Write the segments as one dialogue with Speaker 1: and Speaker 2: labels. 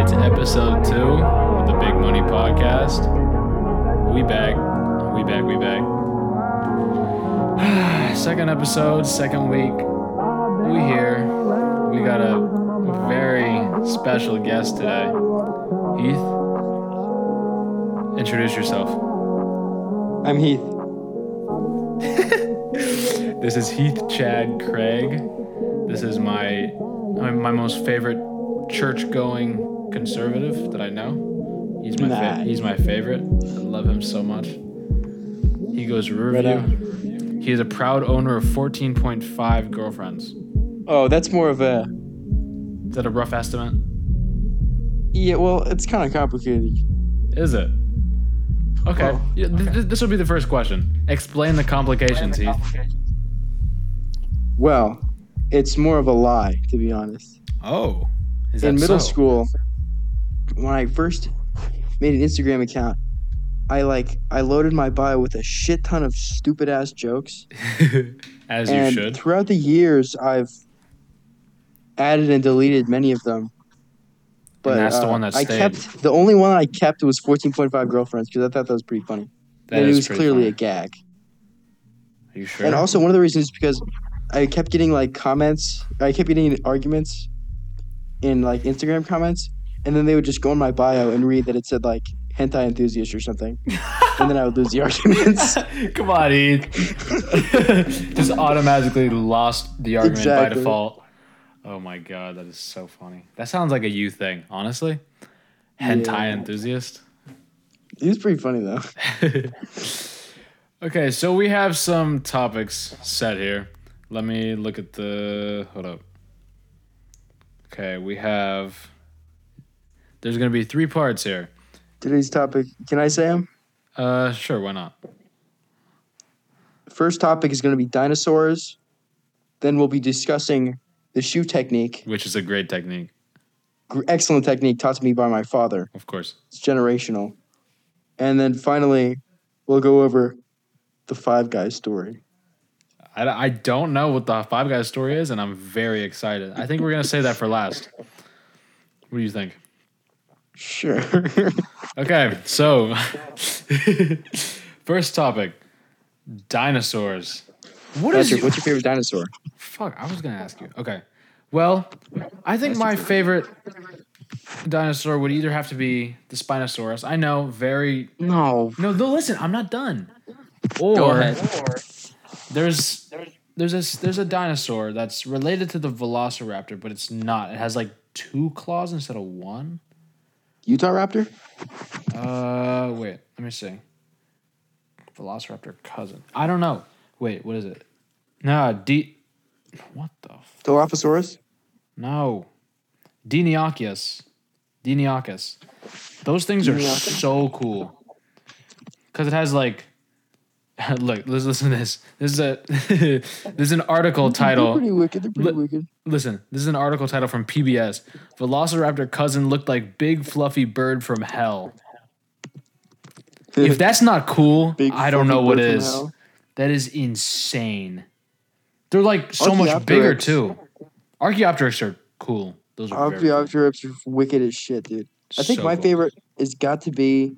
Speaker 1: episode two of the Big Money Podcast. We back, we back, we back. second episode, second week. We here. We got a very special guest today. Heath, introduce yourself.
Speaker 2: I'm Heath.
Speaker 1: This is Heath Chad Craig. This is my my, my most favorite church-going conservative that I know. He's my fa-
Speaker 2: Nice.
Speaker 1: he's my favorite. I love him so much. He goes
Speaker 2: Right
Speaker 1: review. he is a proud owner of 14.5 girlfriends. Is
Speaker 2: Oh, that's more of a
Speaker 1: that a rough estimate?
Speaker 2: yeah. Well, it's kind of complicated.
Speaker 1: Is it? Okay.
Speaker 2: Well,
Speaker 1: Yeah, th- th- this will be the first question. Explain the complications, Heath.
Speaker 2: Well, it's more of a lie, to be honest.
Speaker 1: Oh. Is
Speaker 2: In
Speaker 1: that
Speaker 2: middle
Speaker 1: so?
Speaker 2: school, when I first made an Instagram account, I like I loaded my bio with a shit ton of stupid ass jokes.
Speaker 1: As you
Speaker 2: and
Speaker 1: should.
Speaker 2: throughout the years, I've added and deleted many of them. But
Speaker 1: that's the
Speaker 2: uh,
Speaker 1: one that
Speaker 2: I
Speaker 1: stayed.
Speaker 2: kept. The only one I kept was 14.5 girlfriends because I thought that was pretty funny.
Speaker 1: That
Speaker 2: and it
Speaker 1: is
Speaker 2: was
Speaker 1: pretty
Speaker 2: clearly
Speaker 1: funny.
Speaker 2: a gag.
Speaker 1: Are you sure?
Speaker 2: And also one of the reasons is because I kept getting like comments. I kept getting arguments in like Instagram comments, and then they would just go on my bio and read that it said like hentai enthusiast or something, and then I would lose the arguments.
Speaker 1: Come on, Heath. Just automatically lost the argument by
Speaker 2: Exactly.
Speaker 1: default. Oh my god, that is so funny. That sounds like a you thing, honestly. Hentai
Speaker 2: Yeah.
Speaker 1: enthusiast.
Speaker 2: It was pretty funny though.
Speaker 1: okay, so we have some topics set here. Let me look at the. Hold up. Okay, we have. There's gonna be three parts here.
Speaker 2: Today's topic. Can I say them?
Speaker 1: Uh, sure, why not?
Speaker 2: First topic is going to be dinosaurs. Then we'll be discussing the shoe technique,
Speaker 1: Which is a great technique,
Speaker 2: gr- excellent technique taught to me by my father.
Speaker 1: of course.
Speaker 2: It's generational. And then finally, we'll go over the Five Guys story.
Speaker 1: I, I don't know what the Five Guys story is, and I'm very excited. I think we're gonna save that for last. What do you think?
Speaker 2: Sure.
Speaker 1: Okay, so first topic: dinosaurs. What
Speaker 2: what's,
Speaker 1: is
Speaker 2: your,
Speaker 1: your,
Speaker 2: what's your favorite dinosaur?
Speaker 1: fuck? I was gonna ask you. Okay, well, I think my favorite dinosaur would either have to be the Spinosaurus. I know, very
Speaker 2: No.
Speaker 1: no. No, listen, I'm not done. Or there's there's this there's a dinosaur that's related to the velociraptor, but it's not. It has like two claws instead of one.
Speaker 2: Utah Raptor?
Speaker 1: Uh, wait, let me see. Velociraptor cousin. I don't know. Wait, what is it? No, D. What the? F-
Speaker 2: Dilophosaurus?
Speaker 1: no, Diniacius. Diniacus. Those things are
Speaker 2: Diniacus.
Speaker 1: so cool. Cause it has like. Look, let's listen to this. This is a this is an article title.
Speaker 2: They're pretty wicked. They're pretty
Speaker 1: Li-
Speaker 2: wicked.
Speaker 1: Listen, this is an article title from PBS. Velociraptor cousin looked like big fluffy bird from hell. If that's not cool,
Speaker 2: Big
Speaker 1: I don't know
Speaker 2: fucking
Speaker 1: what
Speaker 2: bird from
Speaker 1: is.
Speaker 2: hell.
Speaker 1: That is insane. They're like so much
Speaker 2: Archaeopteryx.
Speaker 1: bigger too. Archaeopteryx are cool. Those are very cool.
Speaker 2: Archaeopteryx are wicked as shit, dude. I think
Speaker 1: So
Speaker 2: my
Speaker 1: cool.
Speaker 2: favorite has got to be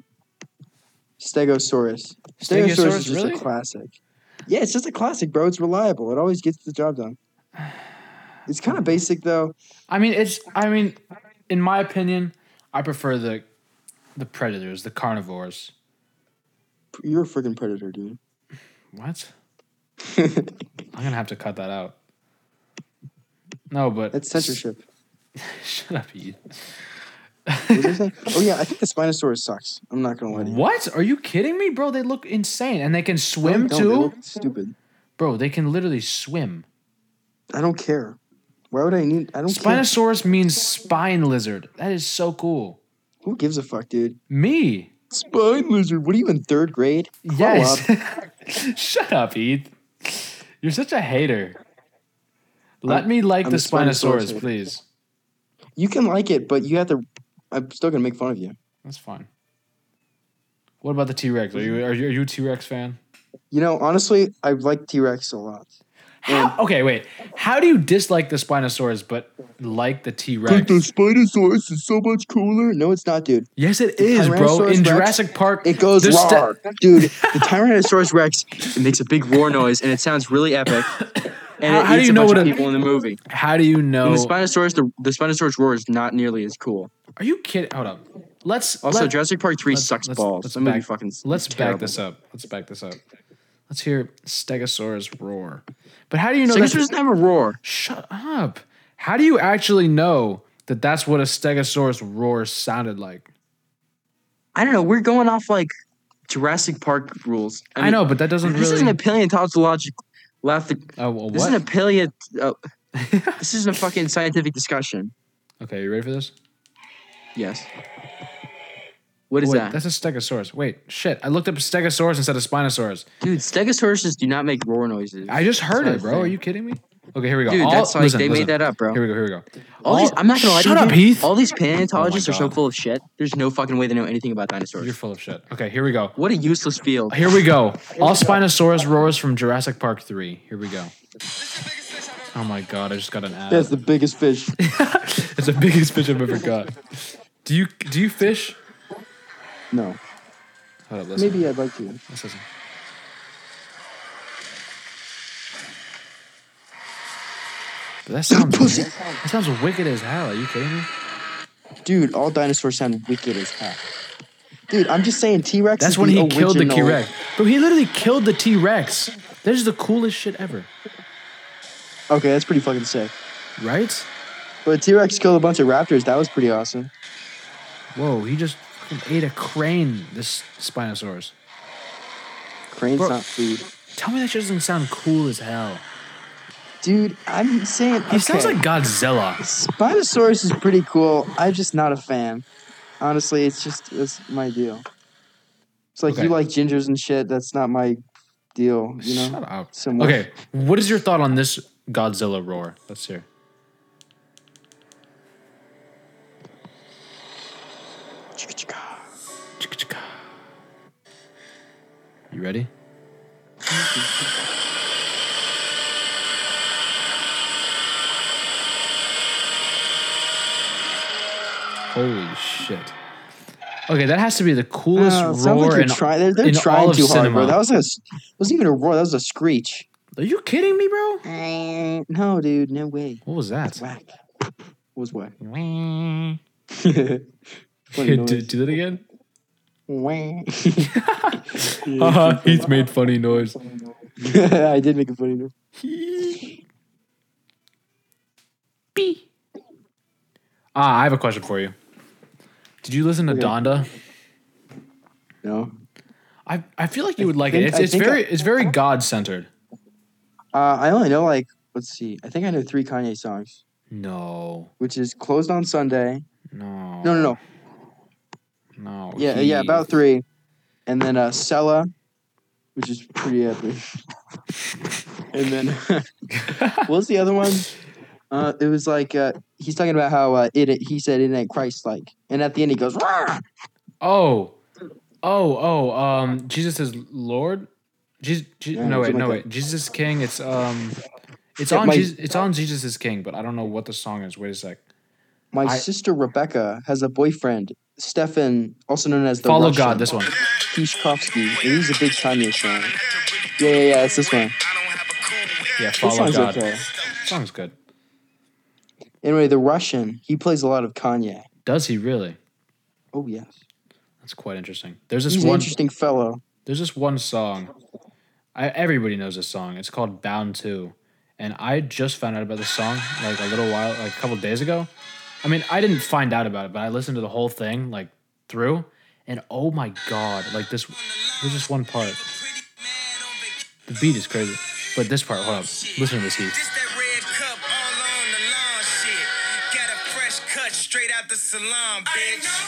Speaker 2: Stegosaurus. Stegosaurus,
Speaker 1: Stegosaurus,
Speaker 2: is just
Speaker 1: really?
Speaker 2: a classic. Yeah, it's just a classic, bro. It's reliable. It always gets the job done. It's
Speaker 1: Hmm.
Speaker 2: kind of basic though.
Speaker 1: I mean, it's. I mean, in my opinion, I prefer the the predators, the carnivores.
Speaker 2: You're a freaking predator, dude.
Speaker 1: What? I'm gonna have to cut that out. No, but
Speaker 2: That's censorship.
Speaker 1: Shut up, you.
Speaker 2: What was I saying? oh yeah, I think the Spinosaurus sucks. I'm not gonna lie to you.
Speaker 1: What? Are you kidding me, bro? They look insane, and they can swim
Speaker 2: No, they
Speaker 1: too,
Speaker 2: look Stupid.
Speaker 1: bro. They can literally swim.
Speaker 2: I don't care. Why would I need? I don't care.
Speaker 1: Spinosaurus means spine lizard. That is so cool.
Speaker 2: Who gives a fuck, dude?
Speaker 1: Me?
Speaker 2: Spine lizard. What are you in third grade? Grow up.
Speaker 1: yes. Shut up, Eth. You're such a hater. Let
Speaker 2: I'm-
Speaker 1: me like
Speaker 2: I'm
Speaker 1: the
Speaker 2: a Spinosaurus
Speaker 1: Spinosaurus,
Speaker 2: hater.
Speaker 1: please.
Speaker 2: You can like it, but you have to. I'm still gonna make fun of you.
Speaker 1: That's fine. What about the T Rex? Are you are you, are you a T Rex fan?
Speaker 2: You know, honestly, I like T Rex a lot.
Speaker 1: How, okay, wait. How do you dislike the Spinosaurus but like the T
Speaker 2: Like
Speaker 1: Rex?
Speaker 2: the Spinosaurus is so much cooler. No, it's not, dude.
Speaker 1: Yes, it is, bro.
Speaker 2: Tyrannosaurus
Speaker 1: In
Speaker 2: Rex,
Speaker 1: Jurassic Park,
Speaker 2: It goes
Speaker 1: there's sta-
Speaker 2: roar, dude. The Tyrannosaurus Rex it makes a big roar noise and it sounds really epic. And
Speaker 1: How-
Speaker 2: it
Speaker 1: how do
Speaker 2: eats
Speaker 1: you
Speaker 2: a
Speaker 1: know
Speaker 2: bunch
Speaker 1: what
Speaker 2: of
Speaker 1: a-
Speaker 2: people in the movie.
Speaker 1: how do you know?
Speaker 2: And the Spinosaurus, the, the Spinosaurus roar is not nearly as cool.
Speaker 1: Are you kidding? Hold up. Let's
Speaker 2: Also,
Speaker 1: let,
Speaker 2: Jurassic Park Three
Speaker 1: let's-
Speaker 2: sucks
Speaker 1: let's-
Speaker 2: balls.
Speaker 1: let's
Speaker 2: that movie
Speaker 1: back-
Speaker 2: fucking. is
Speaker 1: let's back
Speaker 2: terrible.
Speaker 1: this up. Let's back this up. Let's hear Stegosaurus roar. But how do you know?
Speaker 2: Stegosaurus
Speaker 1: That's,
Speaker 2: doesn't have a roar.
Speaker 1: shut up. How do you actually know that that's what a Stegosaurus roar sounded like?
Speaker 2: I don't know. We're going off like Jurassic Park rules.
Speaker 1: I,
Speaker 2: mean,
Speaker 1: know, but that doesn't
Speaker 2: This
Speaker 1: really.
Speaker 2: isn't a paleontological. Lathic-
Speaker 1: oh, well,
Speaker 2: This isn't a
Speaker 1: what?
Speaker 2: paleo. Uh, this isn't a fucking scientific discussion.
Speaker 1: okay, you ready for this?
Speaker 2: Yes. What is
Speaker 1: Wait,
Speaker 2: that,
Speaker 1: That's a Stegosaurus. Wait, shit. I looked up Stegosaurus instead of Spinosaurus.
Speaker 2: dude? Stegosauruses do not make roar noises.
Speaker 1: I just heard
Speaker 2: not a
Speaker 1: it, bro. Are
Speaker 2: thing.
Speaker 1: you kidding me? Okay, here we go.
Speaker 2: Dude,
Speaker 1: All-
Speaker 2: that's like
Speaker 1: listen,
Speaker 2: they
Speaker 1: listen.
Speaker 2: made that up, bro.
Speaker 1: Here we go. Here we go.
Speaker 2: All these,
Speaker 1: All-
Speaker 2: I'm not gonna lie to you.
Speaker 1: Shut up,
Speaker 2: dude.
Speaker 1: Heath.
Speaker 2: All these paleontologists
Speaker 1: Oh
Speaker 2: are
Speaker 1: my
Speaker 2: so
Speaker 1: God.
Speaker 2: full of shit. There's no fucking way they know anything about dinosaurs.
Speaker 1: You're full of shit. Okay, here we go.
Speaker 2: what a useless field.
Speaker 1: Here we go. All Spinosaurus roars from Jurassic Park 3. Here we go. Oh my god, I just got an ad.
Speaker 2: That's the biggest fish.
Speaker 1: That's the biggest fish I've ever got. Do you do you fish?
Speaker 2: No,
Speaker 1: Hold up, listen.
Speaker 2: maybe I'd like to.
Speaker 1: Let's listen. But that sounds
Speaker 2: Pussy.
Speaker 1: that sounds wicked as hell. Are you kidding me?
Speaker 2: Dude, all dinosaurs sound wicked as hell. Dude, I'm just saying T Rex.
Speaker 1: That's when he killed the T Rex. Bro, he literally killed the T Rex. That is the coolest shit ever,
Speaker 2: Okay, that's pretty fucking sick.
Speaker 1: right?
Speaker 2: But T Rex killed a bunch of raptors. That was pretty awesome.
Speaker 1: Whoa, he just fucking ate a crane. This Spinosaurus.
Speaker 2: Crane's
Speaker 1: Bro.
Speaker 2: not food.
Speaker 1: Tell me that shit doesn't sound cool as hell.
Speaker 2: Dude, I'm saying.
Speaker 1: He sounds like Godzilla.
Speaker 2: Spinosaurus is pretty cool. I'm just not a fan. Honestly, it's just it's my deal. It's like
Speaker 1: Okay.
Speaker 2: you like gingers and shit. That's not my deal. You know.
Speaker 1: Shut up.
Speaker 2: Somewhat.
Speaker 1: Okay, what is your thought on this Godzilla roar? Let's hear. Chicka-chicka. You ready? Holy shit. Okay, that has to be the coolest
Speaker 2: Uh, it sounds like
Speaker 1: roar
Speaker 2: you're
Speaker 1: in,
Speaker 2: trying. They're, they're
Speaker 1: in all
Speaker 2: trying
Speaker 1: of
Speaker 2: too hard,
Speaker 1: cinema.
Speaker 2: bro. That was a. s- That wasn't even a roar. That was a screech.
Speaker 1: Are you kidding me, bro?
Speaker 2: Eh, No, dude. No way.
Speaker 1: What was that?
Speaker 2: Whack. Was what?
Speaker 1: Wah.
Speaker 2: Funny
Speaker 1: do,
Speaker 2: noise.
Speaker 1: do that again.
Speaker 2: Wah.
Speaker 1: Haha, Heath made funny noise.
Speaker 2: I did make a funny noise.
Speaker 1: Bee. Ah, I have a question for you. Did you listen to
Speaker 2: Okay.
Speaker 1: Donda?
Speaker 2: No.
Speaker 1: I, I feel like you would like
Speaker 2: think-
Speaker 1: it. It's,
Speaker 2: I
Speaker 1: it's
Speaker 2: think I-
Speaker 1: very it's very God centered.
Speaker 2: Uh, I only know like let's see. I think I know three Kanye songs,
Speaker 1: No,
Speaker 2: which is "Closed on Sunday." No,
Speaker 1: no,
Speaker 2: no, no.
Speaker 1: no.
Speaker 2: Yeah, yeah,
Speaker 1: Heath.
Speaker 2: about three, and then uh, "Sella," which is pretty epic. and then what was the other one? Uh, it was like uh, he's talking about how uh, it. He said it ain't Christ-like, and at the end he goes, "Rah!"
Speaker 1: Oh, oh, oh. Um, Jesus is Lord. Jesus, Je-
Speaker 2: Yeah,
Speaker 1: no wait,
Speaker 2: something
Speaker 1: no
Speaker 2: like
Speaker 1: wait. Jesus is King. It's um, it's
Speaker 2: Yeah,
Speaker 1: on
Speaker 2: my-
Speaker 1: Jesus, it's on Jesus is King, but I don't know what the song is. Wait a sec.
Speaker 2: My
Speaker 1: I-
Speaker 2: sister Rebecca has a boyfriend, Stefan, also known as the
Speaker 1: Follow
Speaker 2: Russian,
Speaker 1: God. This one.
Speaker 2: Kishkovsky. And he's a big Kanye fan. Yeah, yeah, yeah. It's this one.
Speaker 1: Yeah,
Speaker 2: This
Speaker 1: follow
Speaker 2: one's
Speaker 1: God.
Speaker 2: okay.
Speaker 1: Song's good.
Speaker 2: Anyway, the Russian, he plays a lot of Kanye.
Speaker 1: Does he really?
Speaker 2: Oh yes,
Speaker 1: That's quite interesting. There's this
Speaker 2: he's an
Speaker 1: one.
Speaker 2: interesting fellow.
Speaker 1: There's this one song. I, everybody knows this song. It's called Bound to. And I just found out about this song like a little while, like a couple days ago. I mean, I didn't find out about it, but I listened to the whole thing like through. And oh my god, like this, there's just one part. The beat is crazy, but this part, hold up, listen to this. Heath.
Speaker 3: This that red cup all on the lawn shit. Got a fresh cut straight out the salon, bitch.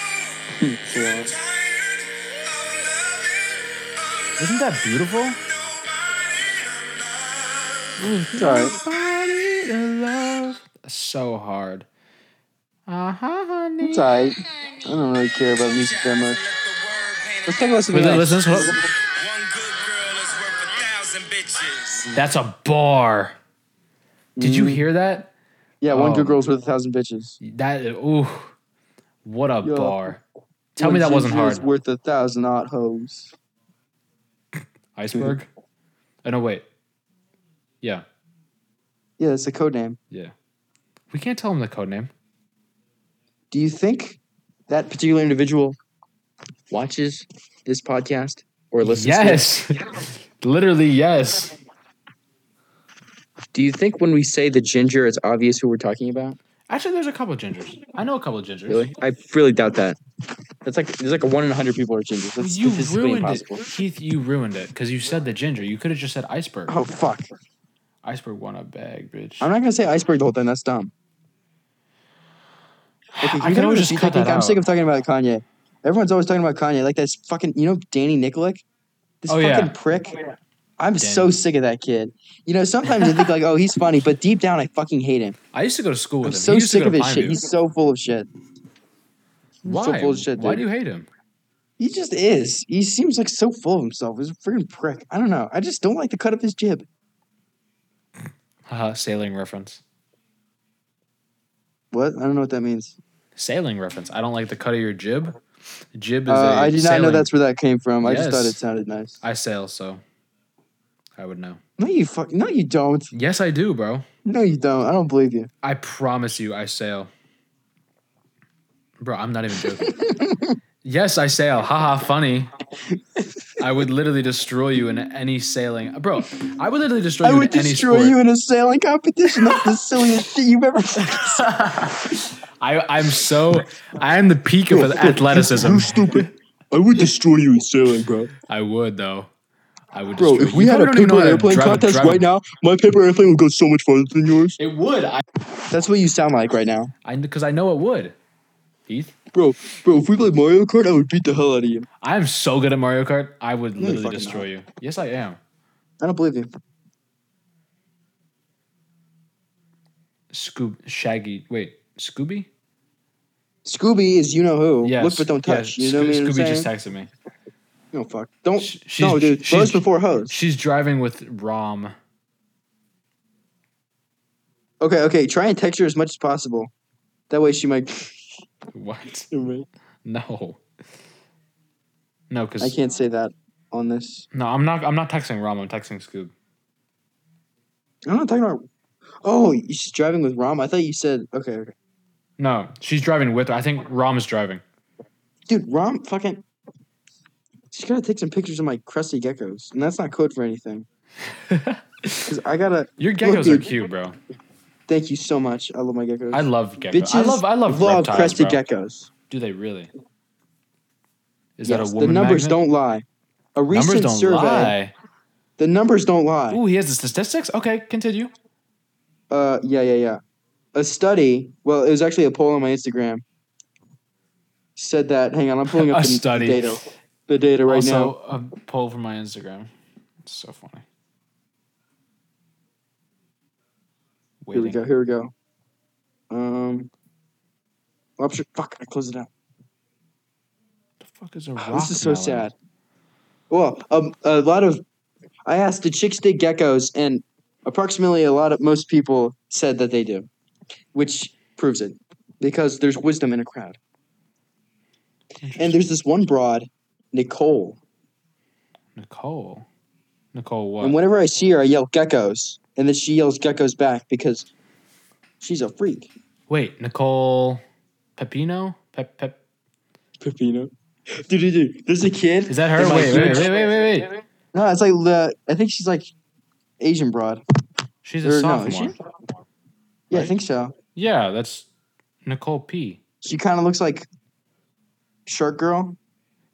Speaker 1: Isn't that beautiful?
Speaker 2: Sorry.
Speaker 1: Body to love. So hard. Uh huh, honey.
Speaker 2: It's alright. I don't really care about music that much. Let's take a listen to
Speaker 1: Wait,
Speaker 2: the next.
Speaker 1: listen, listen, hold up.
Speaker 3: One good girl is worth a thousand bitches.
Speaker 1: That's a bar. Did you
Speaker 2: Mm.
Speaker 1: hear that?
Speaker 2: Yeah, one
Speaker 1: Oh.
Speaker 2: good girl's worth a thousand bitches.
Speaker 1: That ooh, what a
Speaker 2: Yo.
Speaker 1: bar. Tell me that wasn't
Speaker 2: ginger's
Speaker 1: hard.
Speaker 2: Worth a thousand hot hoes.
Speaker 1: Iceberg. Oh no, wait. Yeah,
Speaker 2: Yeah, that's a code name.
Speaker 1: yeah. We can't tell him the code name.
Speaker 2: Do you think that particular individual watches this podcast or listens?
Speaker 1: Yes. Literally yes.
Speaker 2: To it? Do you think when we say the ginger, it's obvious who we're talking about?
Speaker 1: Actually, there's a couple of gingers. I know a couple of gingers.
Speaker 2: Really, I really doubt that. That's like there's like a one in a hundred people are gingers. That's
Speaker 1: you
Speaker 2: statistically
Speaker 1: ruined
Speaker 2: impossible.
Speaker 1: it, Keith. You ruined it because you said the ginger. You could have just said iceberg.
Speaker 2: Oh fuck!
Speaker 1: Iceberg won a bag, bitch.
Speaker 2: I'm not gonna say iceberg the whole time. That's dumb. Okay,
Speaker 1: I
Speaker 2: you
Speaker 1: can
Speaker 2: know
Speaker 1: always
Speaker 2: what
Speaker 1: just
Speaker 2: you
Speaker 1: cut
Speaker 2: think?
Speaker 1: that
Speaker 2: I'm sick
Speaker 1: out.
Speaker 2: of talking about Kanye. Everyone's always talking about Kanye. Like that's fucking you know Danny Nikolic? This
Speaker 1: Oh,
Speaker 2: fucking
Speaker 1: yeah.
Speaker 2: prick. I'm so
Speaker 1: Danny.
Speaker 2: sick of that kid. You know, sometimes I think like, oh, he's funny, but deep down I fucking hate him.
Speaker 1: I used to go to school with
Speaker 2: I'm
Speaker 1: him.
Speaker 2: so
Speaker 1: he used
Speaker 2: sick
Speaker 1: to go
Speaker 2: of
Speaker 1: to
Speaker 2: his
Speaker 1: Pine
Speaker 2: shit.
Speaker 1: View.
Speaker 2: He's so full of shit.
Speaker 1: Why?
Speaker 2: so full of shit,
Speaker 1: Why
Speaker 2: dude.
Speaker 1: do you hate him?
Speaker 2: He just is. He seems like so full of himself. He's a freaking prick. I don't know. I just don't like the cut of his jib.
Speaker 1: Haha, sailing reference.
Speaker 2: What? I don't know what that means.
Speaker 1: Sailing reference. I don't like the cut of your jib. Jib is
Speaker 2: Uh,
Speaker 1: a
Speaker 2: I did not know
Speaker 1: sailing-
Speaker 2: that's where that came from. I just thought
Speaker 1: Yes.
Speaker 2: it sounded nice.
Speaker 1: I sail, so I would know.
Speaker 2: No, you fuck. No, you don't.
Speaker 1: Yes, I do, bro.
Speaker 2: No, you don't. I don't believe you.
Speaker 1: I promise you, I sail. Bro, I'm not even joking. yes, I sail. Haha, funny. I would literally destroy you in any sailing. Bro, I would literally destroy
Speaker 2: I
Speaker 1: you
Speaker 2: would
Speaker 1: in any
Speaker 2: destroy
Speaker 1: sport.
Speaker 2: you in a sailing competition. That's the silliest shit you've ever seen.
Speaker 1: I, I'm so, I am the peak of athleticism.
Speaker 2: stupid. I would destroy you in sailing, bro.
Speaker 1: I would, though. I would
Speaker 2: Bro,
Speaker 1: destroy
Speaker 2: if
Speaker 1: you.
Speaker 2: we
Speaker 1: You
Speaker 2: had a
Speaker 1: probably don't even know
Speaker 2: paper
Speaker 1: how to
Speaker 2: airplane
Speaker 1: drive a-
Speaker 2: contest
Speaker 1: drive a-
Speaker 2: right now, my paper airplane would go so much farther than yours.
Speaker 1: It would. I,
Speaker 2: That's what you sound like right now.
Speaker 1: because I know it would. Heath,
Speaker 2: Bro, bro, if we played Mario Kart, I would beat the hell out of you.
Speaker 1: I am so good at Mario Kart. I would
Speaker 2: you
Speaker 1: literally
Speaker 2: fucking
Speaker 1: destroy
Speaker 2: not.
Speaker 1: you. Yes, I am.
Speaker 2: I don't believe you.
Speaker 1: Scoob, Shaggy. Wait, Scooby?
Speaker 2: Scooby is you know who.
Speaker 1: Yeah.
Speaker 2: Look but don't
Speaker 1: yeah,
Speaker 2: touch. you
Speaker 1: Sco-
Speaker 2: know what I mean?
Speaker 1: Scooby
Speaker 2: I'm saying?
Speaker 1: just texted me.
Speaker 2: no, fuck. Don't.
Speaker 1: Sh- she's-
Speaker 2: no, dude.
Speaker 1: she's-
Speaker 2: Rose before hose.
Speaker 1: She's driving with Rom.
Speaker 2: Okay, okay. Try and text her as much as possible. That way she might.
Speaker 1: What?
Speaker 2: I
Speaker 1: No. No, because
Speaker 2: can't say that on this.
Speaker 1: no, I'm not. I'm not texting Rom. I'm texting Scoob.
Speaker 2: I'm not talking about. Oh, you- she's driving with Rom. I thought you said okay, okay.
Speaker 1: No, she's driving with her. I think Rom is driving.
Speaker 2: Dude, Rom fucking. She's gotta take some pictures of my crusty geckos, and that's not code for anything. Cause I gotta.
Speaker 1: Your
Speaker 2: Look,
Speaker 1: geckos are
Speaker 2: dude.
Speaker 1: cute, bro.
Speaker 2: Thank you so much. I love my geckos.
Speaker 1: I love geckos.
Speaker 2: Bitches
Speaker 1: I love. I love,
Speaker 2: love
Speaker 1: reptiles,
Speaker 2: crusty
Speaker 1: bro.
Speaker 2: geckos.
Speaker 1: Do they really? Is that
Speaker 2: Yes,
Speaker 1: a woman?
Speaker 2: the numbers
Speaker 1: magnet?
Speaker 2: don't lie. A
Speaker 1: Numbers
Speaker 2: recent
Speaker 1: don't
Speaker 2: survey.
Speaker 1: lie.
Speaker 2: The numbers don't lie.
Speaker 1: Ooh, he has the statistics. Okay, continue.
Speaker 2: Uh, yeah, yeah, yeah. A study. Well, it was actually a poll on my Instagram. Said that. Hang on, I'm pulling up
Speaker 1: A
Speaker 2: the,
Speaker 1: study.
Speaker 2: the data. The data right now.
Speaker 1: also, a poll from my Instagram. It's so funny.
Speaker 2: Here
Speaker 1: Waiting.
Speaker 2: we go. Here we go. Um, well, I'm sure- fuck, I closed it out.
Speaker 1: The fuck is a
Speaker 2: Oh,
Speaker 1: rock?
Speaker 2: this is so
Speaker 1: melon?
Speaker 2: sad. Well, um, a lot of I asked, did chicks dig geckos? And approximately a lot of most people said that they do, which proves it because there's wisdom in a crowd. And there's this one broad, Nicole,
Speaker 1: Nicole. Nicole what?
Speaker 2: and whenever I see her, I yell geckos, and then she yells geckos back because she's a freak.
Speaker 1: Wait, Nicole Pepino? Pep Pep
Speaker 2: Pepino. Dude, dude, dude, there's a kid.
Speaker 1: Is that her?
Speaker 2: in my
Speaker 1: Wait,
Speaker 2: huge-
Speaker 1: wait, wait, wait, wait, wait.
Speaker 2: No, it's like the, I think she's like Asian broad.
Speaker 1: She's
Speaker 2: Or
Speaker 1: a
Speaker 2: no, is
Speaker 1: sophomore.
Speaker 2: she? Yeah, I
Speaker 1: Right?
Speaker 2: think so.
Speaker 1: Yeah, that's Nicole P.
Speaker 2: She kind of looks like Shark Girl.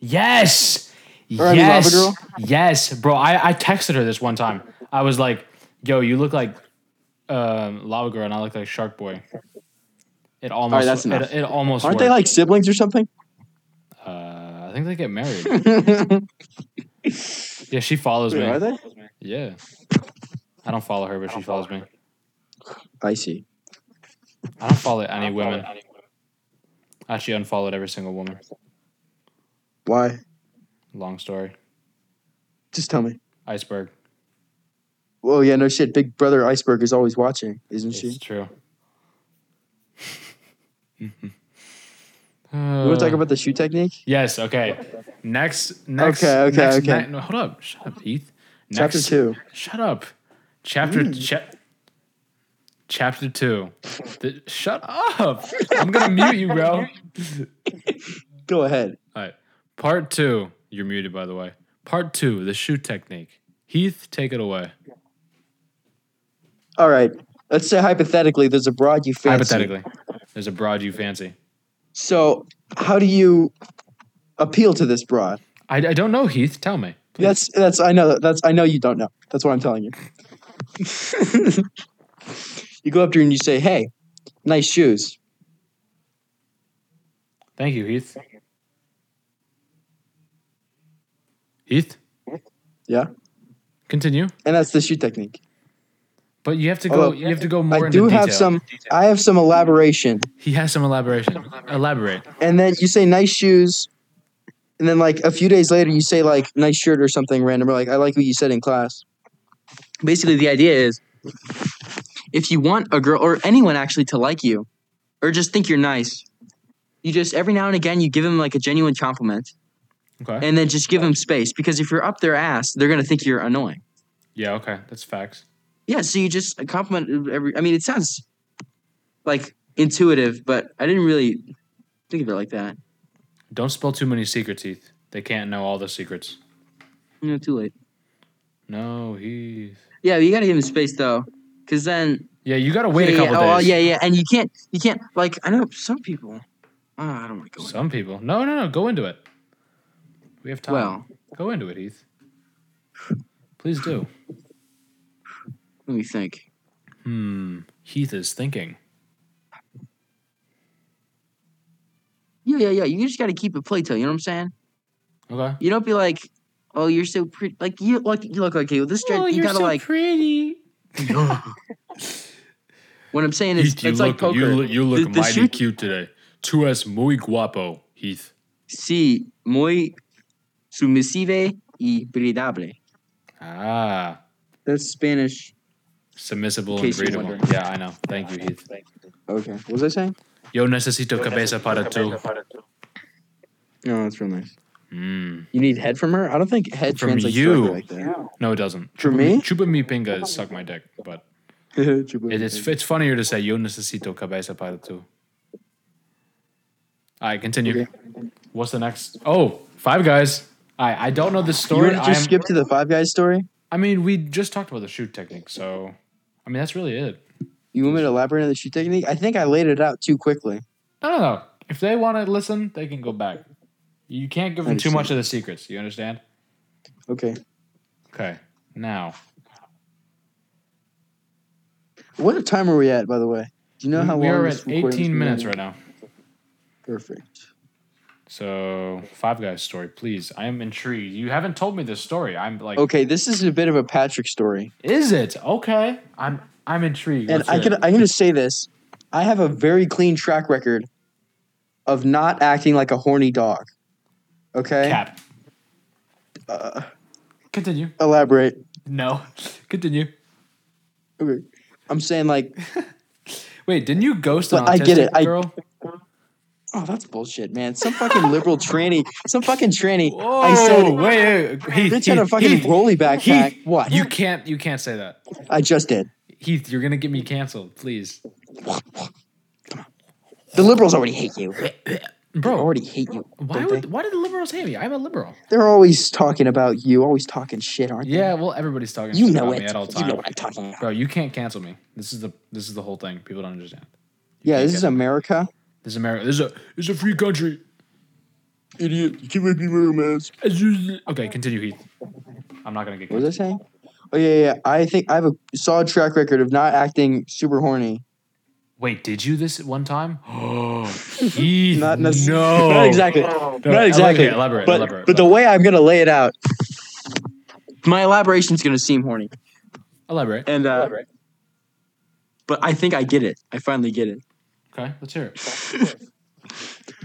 Speaker 1: Yes.
Speaker 2: Or, I mean,
Speaker 1: yes.
Speaker 2: Lava Girl?
Speaker 1: Yes, bro. I, I texted her this one time. I was like, "Yo, you look like um, Lava Girl, and I look like Shark Boy." It almost.
Speaker 2: that's enough.
Speaker 1: it, it almost.
Speaker 2: Aren't they
Speaker 1: worked.
Speaker 2: like siblings or something?
Speaker 1: Uh, I think they get married.
Speaker 2: Wait,
Speaker 1: yeah, she follows me.
Speaker 2: are they?
Speaker 1: Yeah. I don't follow her, but she follows me.
Speaker 2: I see.
Speaker 1: I don't follow any women. Actually, unfollowed every single woman.
Speaker 2: Why?
Speaker 1: Long story.
Speaker 2: Just tell me.
Speaker 1: Iceberg.
Speaker 2: Well, yeah, no shit. Big Brother Iceberg is always watching, isn't
Speaker 1: It's
Speaker 2: she?
Speaker 1: true.
Speaker 2: You want to talk about the shoe technique?
Speaker 1: Yes. Okay. Next. Next.
Speaker 2: Okay, okay,
Speaker 1: next,
Speaker 2: okay.
Speaker 1: ne- no, hold up. Shut up, Heath.
Speaker 2: Chapter
Speaker 1: Next-
Speaker 2: two. Mm.
Speaker 1: Shut up. Chapter. Cha- chapter two. The- shut up. I'm gonna mute you, bro. All
Speaker 2: Go ahead.
Speaker 1: right. Part two. You're muted, by the way. Part two. The shoe technique. Heath, take it away.
Speaker 2: All right. Let's say hypothetically, there's a broad you fancy.
Speaker 1: Hypothetically, there's a broad you fancy.
Speaker 2: So, how do you appeal to this broad?
Speaker 1: I, I don't know, Heath. Tell me. please.
Speaker 2: That's that's I know that's I know you don't know. That's what I'm telling you. you go up to her and you say, "Hey, nice shoes."
Speaker 1: Thank you, Heath. Heath,
Speaker 2: Yeah,
Speaker 1: continue.
Speaker 2: and that's the shoe technique.
Speaker 1: But you have to go.
Speaker 2: Although,
Speaker 1: you have to go more.
Speaker 2: I
Speaker 1: into
Speaker 2: do have
Speaker 1: detail.
Speaker 2: some. I have some elaboration,
Speaker 1: He has some elaboration. Elaborate.
Speaker 2: and then you say, "Nice shoes," and then like a few days later, you say like, "Nice shirt" or something random, or like, "I like what you said in class." Basically, the idea is, if you want a girl or anyone actually to like you, or just think you're nice, you just every now and again you give them like a genuine compliment.
Speaker 1: Okay.
Speaker 2: and then just give them space because if you're up their ass, they're gonna think you're annoying.
Speaker 1: Yeah. Okay. That's facts.
Speaker 2: Yeah, so you just compliment every. I mean, it sounds like intuitive, but I didn't really think of it like that.
Speaker 1: Don't spill too many secrets, Heath. They can't know all the secrets.
Speaker 2: You know, too late.
Speaker 1: No, Heath.
Speaker 2: Yeah, you gotta give them space though, because then
Speaker 1: Yeah, you gotta wait
Speaker 2: yeah,
Speaker 1: a couple
Speaker 2: yeah, oh
Speaker 1: days.
Speaker 2: yeah, yeah, and you can't, you can't. Like I know some people. Oh, I don't want to go. in.
Speaker 1: Some people. No, no, no. Go into it. We have time.
Speaker 2: Well,
Speaker 1: Go into it, Heath. Please do.
Speaker 2: let me think.
Speaker 1: Hmm. Heath is thinking.
Speaker 2: Yeah, yeah, yeah. You just gotta keep it playtime. You know what I'm saying?
Speaker 1: Okay.
Speaker 2: You don't be like, oh, you're so pretty. Like you look, you look like you. This dress, you gotta like.
Speaker 1: pretty.
Speaker 2: What I'm saying is,
Speaker 1: Heath, you
Speaker 2: it's
Speaker 1: look,
Speaker 2: like poker.
Speaker 1: You look, you look
Speaker 2: The- the
Speaker 1: mighty
Speaker 2: shoot-
Speaker 1: cute today. Tu es muy guapo, Heath.
Speaker 2: Sí, muy submisive y bridable.
Speaker 1: Ah,
Speaker 2: That's Spanish. In
Speaker 1: submissible and
Speaker 2: case you're
Speaker 1: breedable.
Speaker 2: wondering.
Speaker 1: Yeah, I know. Thank you, Heath.
Speaker 2: Okay. What was I saying?
Speaker 1: Yo necesito cabeza para tu.
Speaker 2: No, that's real nice.
Speaker 1: Mm.
Speaker 2: You need head from her? I don't think head
Speaker 1: From
Speaker 2: translates
Speaker 1: you.
Speaker 2: directly like that.
Speaker 1: No, it doesn't.
Speaker 2: For
Speaker 1: Chupa
Speaker 2: me?
Speaker 1: Chupa mi pinga is suck my dick, but it is, it's funnier to say yo necesito cabeza para tu. All right, continue.
Speaker 2: Okay.
Speaker 1: What's the next? Oh, Five Guys. I I don't know this
Speaker 2: You
Speaker 1: story.
Speaker 2: want to just
Speaker 1: I'm-
Speaker 2: skip to the Five Guys story?
Speaker 1: I mean, we just talked about the shoot technique, so I mean that's really it.
Speaker 2: You want me to elaborate on the shoe technique? I think I laid it out too quickly.
Speaker 1: No, no, no. If they want to listen, they can go back. You can't give them too
Speaker 2: Understand.
Speaker 1: much of the secrets. You understand?
Speaker 2: Okay.
Speaker 1: Okay. Now,
Speaker 2: What time are we at, by the way? Do you know
Speaker 1: we-
Speaker 2: how
Speaker 1: we
Speaker 2: long
Speaker 1: are
Speaker 2: this
Speaker 1: at
Speaker 2: recording's
Speaker 1: 18
Speaker 2: been
Speaker 1: minutes
Speaker 2: going?
Speaker 1: right now.
Speaker 2: Perfect.
Speaker 1: So, Five Guys story, please. I am intrigued. You haven't told me this story. I'm like,
Speaker 2: Okay, this is a bit of a Patrick story.
Speaker 1: is it okay? I'm I'm intrigued.
Speaker 2: And
Speaker 1: Let's
Speaker 2: I
Speaker 1: hear
Speaker 2: can
Speaker 1: it.
Speaker 2: I can just say this. I have a very clean track record of not acting like a horny dog. Okay?
Speaker 1: cap.
Speaker 2: Uh,
Speaker 1: Continue.
Speaker 2: elaborate.
Speaker 1: No, continue.
Speaker 2: Okay. I'm saying like
Speaker 1: Wait, didn't you ghost an
Speaker 2: But I get
Speaker 1: autistic
Speaker 2: it. I-
Speaker 1: girl?
Speaker 2: Oh, that's bullshit, man. Some fucking liberal tranny. Some fucking tranny.
Speaker 1: Whoa!
Speaker 2: I said
Speaker 1: wait, wait, Heath,
Speaker 2: bitch had a
Speaker 1: Heath,
Speaker 2: fucking
Speaker 1: Heath,
Speaker 2: rolly backpack.
Speaker 1: Heath,
Speaker 2: what?
Speaker 1: You can't. You can't say that.
Speaker 2: I just did.
Speaker 1: Heath, you're gonna get me canceled, please.
Speaker 2: The liberals already hate you. They
Speaker 1: Bro,
Speaker 2: already hate you.
Speaker 1: why
Speaker 2: don't
Speaker 1: would
Speaker 2: they?
Speaker 1: why did the liberals hate me? I'm a liberal.
Speaker 2: They're always talking about you, always talking shit, aren't they?
Speaker 1: Yeah, well, everybody's talking
Speaker 2: You
Speaker 1: shit
Speaker 2: know
Speaker 1: about
Speaker 2: it.
Speaker 1: me at all
Speaker 2: You
Speaker 1: times.
Speaker 2: know what I'm talking about.
Speaker 1: Bro, you can't cancel me. This is the this is the whole thing. People don't understand.
Speaker 2: Yeah,
Speaker 1: can't
Speaker 2: this is
Speaker 1: get-
Speaker 2: America.
Speaker 1: This is America. This is a this is a free country.
Speaker 2: Idiot. You can't make me wear a mask.
Speaker 1: It's just- Okay, continue, Heath. I'm not gonna get
Speaker 2: What was I
Speaker 1: canceled.
Speaker 2: saying? Oh yeah, yeah, yeah. I think I have a solid track record of not acting super horny.
Speaker 1: Wait, did you this one time? Oh, Heath,
Speaker 2: Not necess-
Speaker 1: no,
Speaker 2: Not exactly.
Speaker 1: No,
Speaker 2: Not exactly.
Speaker 1: Elaborate, elaborate,
Speaker 2: but
Speaker 1: elaborate.
Speaker 2: but the way I'm gonna lay it out, my elaboration's gonna seem horny,
Speaker 1: elaborate.
Speaker 2: and uh, but I think I get it. I finally get it.
Speaker 1: Okay, let's hear it.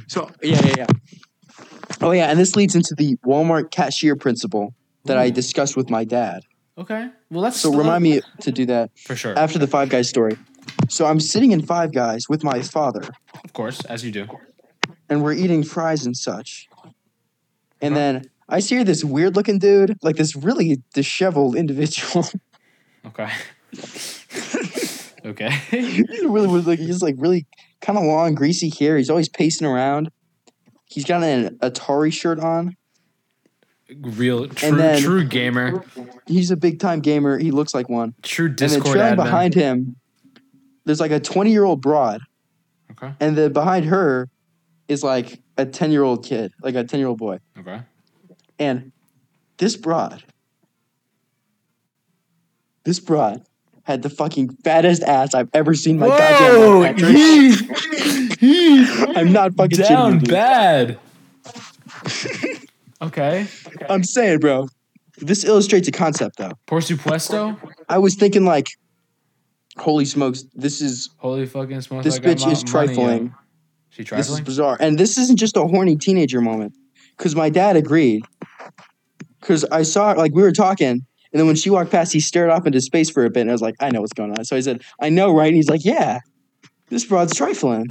Speaker 2: So yeah, yeah, yeah. Mm. Oh yeah, and this leads into the Walmart cashier principle that I discussed with my dad.
Speaker 1: Okay. Well, that's
Speaker 2: So
Speaker 1: still-
Speaker 2: remind me to do that
Speaker 1: for sure.
Speaker 2: after the Five Guys story. So I'm sitting in Five Guys with my father,
Speaker 1: Of course, as you do.
Speaker 2: and we're eating fries and such.
Speaker 1: Uh-huh.
Speaker 2: And then I see this weird looking dude, like this really disheveled individual.
Speaker 1: Okay. okay.
Speaker 2: he really was like he's like really kind of long, greasy hair. He's always pacing around. He's got an Atari shirt on.
Speaker 1: Real, true,
Speaker 2: then-
Speaker 1: true gamer,
Speaker 2: He's a big time gamer. He looks like one.
Speaker 1: true
Speaker 2: and then
Speaker 1: Discord
Speaker 2: trailing
Speaker 1: admin.
Speaker 2: behind him, there's like a 20 year old broad,
Speaker 1: okay.
Speaker 2: and then behind her is like a 10 year old kid, like a 10 year old boy.
Speaker 1: Okay.
Speaker 2: And this broad, this broad had the fucking fattest ass I've ever seen in my goddamn life. Patrick. I'm not fucking shitting you,
Speaker 1: down
Speaker 2: dude.
Speaker 1: bad. okay.
Speaker 2: I'm saying, bro. This illustrates a concept, though.
Speaker 1: Por supuesto.
Speaker 2: I was thinking, like, holy smokes, this is
Speaker 1: Holy fucking smokes!
Speaker 2: This
Speaker 1: I got
Speaker 2: bitch
Speaker 1: my
Speaker 2: is
Speaker 1: money,
Speaker 2: trifling.
Speaker 1: yo. She
Speaker 2: this is
Speaker 1: trifling.
Speaker 2: bizarre, and this isn't just a horny teenager moment, because my dad agreed. Because I saw, like, we were talking, and then when she walked past, he stared off into space for a bit, and I was like, I know what's going on. So I said, I know, right? And he's like, Yeah, this broad's trifling.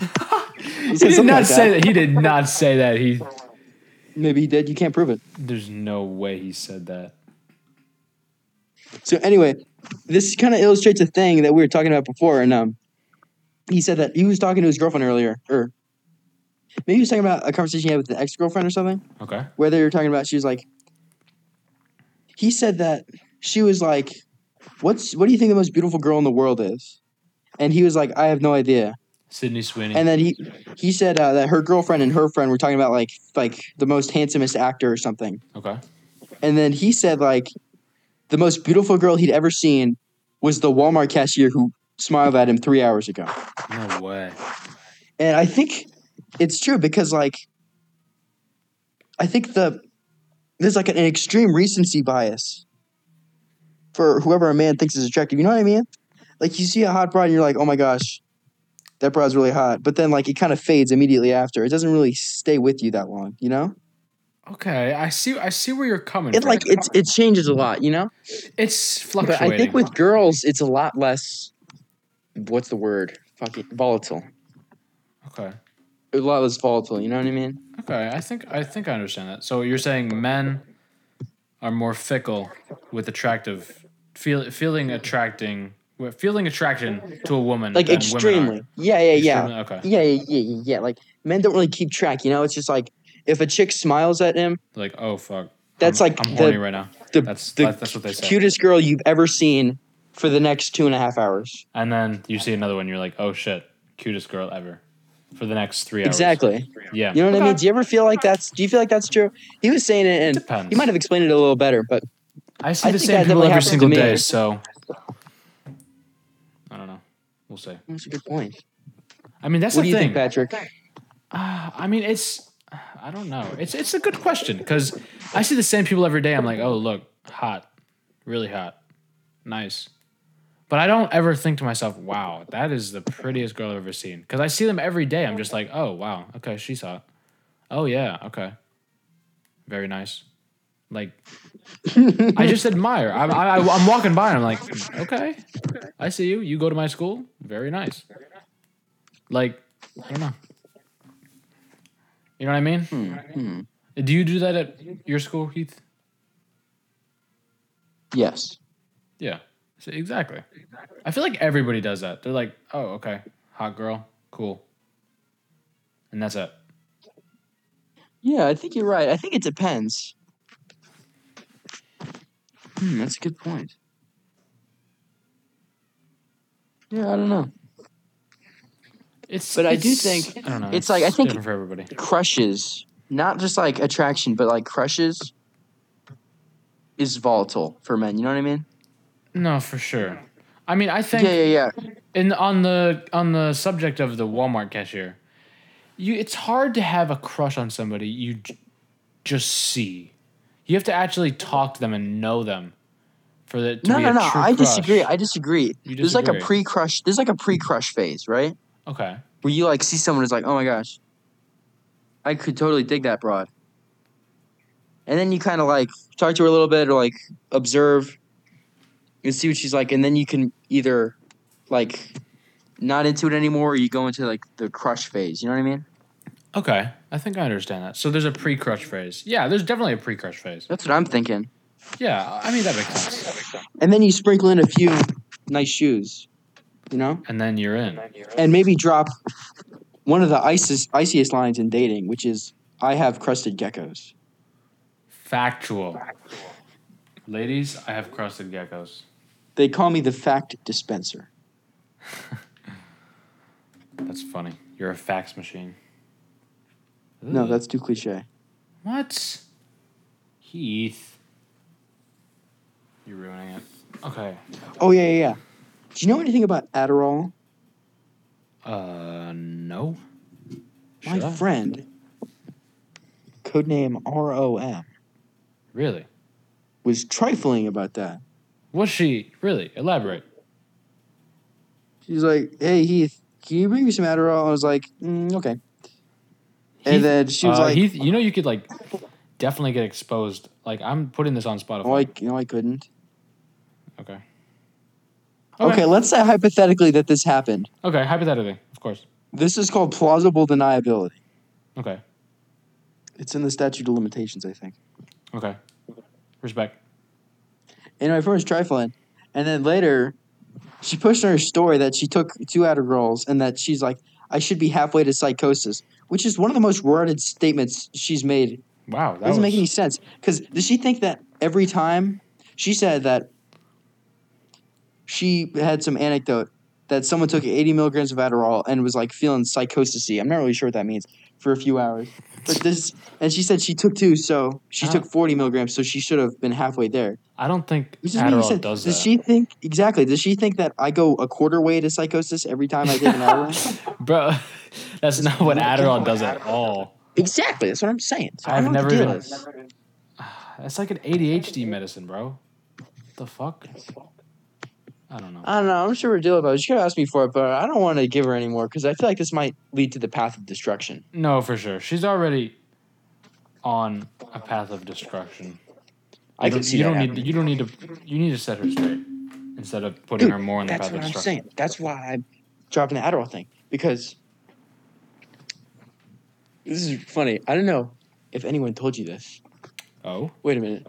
Speaker 1: he
Speaker 2: said
Speaker 1: did
Speaker 2: something
Speaker 1: not
Speaker 2: like
Speaker 1: say
Speaker 2: that.
Speaker 1: that. He did not say that. He.
Speaker 2: Maybe he did. You can't prove it.
Speaker 1: There's no way he said that.
Speaker 2: So anyway, this kind of illustrates a thing that we were talking about before, and um, he said that he was talking to his girlfriend earlier, or maybe he was talking about a conversation he had with an ex girlfriend or something.
Speaker 1: Okay.
Speaker 2: Where they were talking about, she was like, he said that she was like, "What's what do you think the most beautiful girl in the world is?" And he was like, "I have no idea."
Speaker 1: Sydney Sweeney.
Speaker 2: And then he he said uh, that her girlfriend and her friend were talking about like like the most handsomest actor or something.
Speaker 1: okay.
Speaker 2: And then he said, like, the most beautiful girl he'd ever seen was the Walmart cashier who smiled at him three hours ago.
Speaker 1: No way.
Speaker 2: And I think it's true because, like, I think the there's like an extreme recency bias for whoever a man thinks is attractive. You know what I mean? Like, you see a hot broad and you're like, oh my gosh, that broad's really hot. But then, like, it kind of fades immediately after. It doesn't really stay with you that long, you know?
Speaker 1: Okay, I see. I see where you're coming
Speaker 2: It
Speaker 1: from.
Speaker 2: like it's it changes a lot, you know?
Speaker 1: it's
Speaker 4: But
Speaker 1: fluctuating.
Speaker 4: I think with girls, it's a lot less. What's the word? Fucking volatile.
Speaker 1: okay,
Speaker 2: a lot less volatile. You know what I mean?
Speaker 1: okay. I think I think I understand that. So you're saying men are more fickle with attractive feel, feeling attracting with feeling attraction to a woman
Speaker 2: Like
Speaker 1: than women are.
Speaker 2: extremely. Yeah, yeah, yeah.
Speaker 1: Extremely- Okay.
Speaker 2: yeah, yeah, yeah, yeah, yeah. Like men don't really keep track. You know, it's just like if a chick smiles at him,
Speaker 1: Like oh fuck.
Speaker 2: That's
Speaker 1: I'm-
Speaker 2: like
Speaker 1: I'm
Speaker 2: the-
Speaker 1: horny right now.
Speaker 2: the
Speaker 1: That's
Speaker 2: the
Speaker 1: that's, that's what they say.
Speaker 2: cutest girl you've ever seen for the next two and a half hours.
Speaker 1: and then you see another one, you're like oh shit, cutest girl ever, for the next three hours.
Speaker 2: Exactly.
Speaker 1: Yeah.
Speaker 2: You know what I mean? Do you ever feel like that's? Do you feel like that's true? He was saying it, and
Speaker 1: Depends.
Speaker 2: he might have explained it a little better, but
Speaker 1: I see
Speaker 2: I
Speaker 1: the
Speaker 2: think
Speaker 1: same
Speaker 2: that
Speaker 1: people
Speaker 2: definitely
Speaker 1: every
Speaker 2: happens to
Speaker 1: single
Speaker 2: me.
Speaker 1: day, so I don't know. We'll see.
Speaker 2: that's a good point.
Speaker 1: I mean, that's
Speaker 2: what
Speaker 1: the
Speaker 2: do you think,
Speaker 1: thing.
Speaker 2: Patrick?
Speaker 1: Uh, I mean, it's I don't know. It's it's a good question because I see the same people every day. I'm like, oh look, hot, really hot, nice. But I don't ever think to myself, wow, that is the prettiest girl I've ever seen. Because I see them every day. I'm just like, oh wow, okay, she's hot. Oh yeah, okay, very nice. Like, I just admire. I'm I, I- I'm walking by and I'm like, okay, I see you. You go to my school, very nice. Like, I don't know. You know what I
Speaker 2: Hmm,
Speaker 1: mean? Do you do that at your school, Keith?
Speaker 2: Yes.
Speaker 1: Yeah. So- exactly. I feel like everybody does that. They're like, oh, okay, hot girl, cool. And that's it.
Speaker 2: Yeah, I think you're right. I think it depends. Hmm, that's a good point. Yeah, I don't know.
Speaker 1: It's
Speaker 2: But I do
Speaker 1: it's-
Speaker 2: think
Speaker 1: I don't know.
Speaker 2: it's like- I think-
Speaker 1: different for everybody.
Speaker 2: crushes, not just like attraction, but like crushes, is volatile for men. You know what I mean?
Speaker 1: No, for sure. I mean, I think
Speaker 2: Yeah, yeah, yeah.
Speaker 1: in on the on the subject of the Walmart cashier, you it's hard to have a crush on somebody you j- just see. You have to actually talk to them and know them for the to
Speaker 2: No,
Speaker 1: be
Speaker 2: no,
Speaker 1: a
Speaker 2: no.
Speaker 1: true
Speaker 2: I disagree.
Speaker 1: crush.
Speaker 2: I disagree.
Speaker 1: You
Speaker 2: There's like a
Speaker 1: disagree.
Speaker 2: pre-crush. There's like a pre-crush phase, right?
Speaker 1: okay.
Speaker 2: Where you like see someone who's like, oh my gosh, I could totally dig that broad. And then you kind of like talk to her a little bit or like observe,
Speaker 4: and see what she's like, and then you can either like not into it anymore, or you go into like the crush phase. You know what I mean?
Speaker 1: Okay, I think I understand that. So there's a pre-crush phase. Yeah, there's definitely a pre-crush phase.
Speaker 4: That's what I'm thinking.
Speaker 1: Yeah, I mean that makes sense.
Speaker 2: and then you sprinkle in a few nice shoes, you know,
Speaker 1: And then you're in.
Speaker 2: and maybe drop one of the iciest, iciest lines in dating, which is "I have crusted geckos."
Speaker 1: Factual. Ladies, I have crusted geckos.
Speaker 2: They call me the fact dispenser.
Speaker 1: That's funny. You're a fax machine.
Speaker 2: No,
Speaker 1: Ooh.
Speaker 2: that's too cliche.
Speaker 1: What? Heath. You're ruining it. Okay.
Speaker 2: Oh yeah, yeah, yeah. Do you know anything about Adderall?
Speaker 1: Uh, no.
Speaker 2: My
Speaker 1: Should I?
Speaker 2: friend, codename R O M,
Speaker 1: Really?
Speaker 2: was trifling about that.
Speaker 1: Was she? Really? Elaborate.
Speaker 2: She's like, "Hey Heath, can you bring me some Adderall?" I was like, mm, "Okay."
Speaker 1: Heath-
Speaker 2: and then she was
Speaker 1: Uh,
Speaker 2: like,
Speaker 1: Heath, you know, you could, like, definitely get exposed. Like, I'm putting this on Spotify.
Speaker 2: "No, I, no, I couldn't."
Speaker 1: okay.
Speaker 2: Okay.
Speaker 1: Okay.
Speaker 2: let's say hypothetically that this happened.
Speaker 1: Okay, hypothetically, of course.
Speaker 2: This is called plausible deniability.
Speaker 1: Okay.
Speaker 2: It's in the statute of limitations, I think.
Speaker 1: Okay. Respect.
Speaker 2: And my friend was trifling, and then later, she pushed in her story that she took two Adderalls and that she's like, "I should be halfway to psychosis," which is one of the most worded statements she's made.
Speaker 1: Wow. That
Speaker 2: doesn't
Speaker 1: was,
Speaker 2: make any sense because does she think that every time she said that she had some anecdote that someone took 80 milligrams of Adderall and was like feeling psychosis I'm not really sure what that means for a few hours. But this, and she said she took two, so she
Speaker 1: Ah.
Speaker 2: took 40 milligrams, so she should have been halfway there.
Speaker 1: I don't think
Speaker 2: Which doesn't make any
Speaker 1: Adderall
Speaker 2: sense.
Speaker 1: does that.
Speaker 2: does she think, exactly, does she think that I go a quarter way to psychosis every time I take an Adderall?
Speaker 1: Bro, that's not what Adderall does at all.
Speaker 4: Exactly. That's what I'm saying. So I
Speaker 1: I've
Speaker 4: don't know what
Speaker 1: never
Speaker 4: the deal
Speaker 1: even-
Speaker 4: is.
Speaker 1: That's like an ADHD medicine, bro. The fuck? I don't know.
Speaker 2: I don't know. I'm sure we're dealing about it. She could have asked me for it, but I don't want to give her anymore because I feel like this might lead to the path of destruction.
Speaker 1: No, for sure. She's already on a path of destruction.
Speaker 4: I can
Speaker 1: You don't-
Speaker 4: see
Speaker 1: you
Speaker 4: that.
Speaker 1: don't
Speaker 4: happening.
Speaker 1: need you don't need to you need to set her straight instead of putting
Speaker 2: Dude,
Speaker 1: her more on the
Speaker 4: That's
Speaker 1: path
Speaker 4: what
Speaker 1: of
Speaker 4: I'm
Speaker 1: destruction.
Speaker 4: saying. That's why I'm
Speaker 2: dropping the Adderall thing because
Speaker 4: This is funny. I don't know
Speaker 2: if anyone told you this,
Speaker 1: Oh,
Speaker 4: Wait a minute.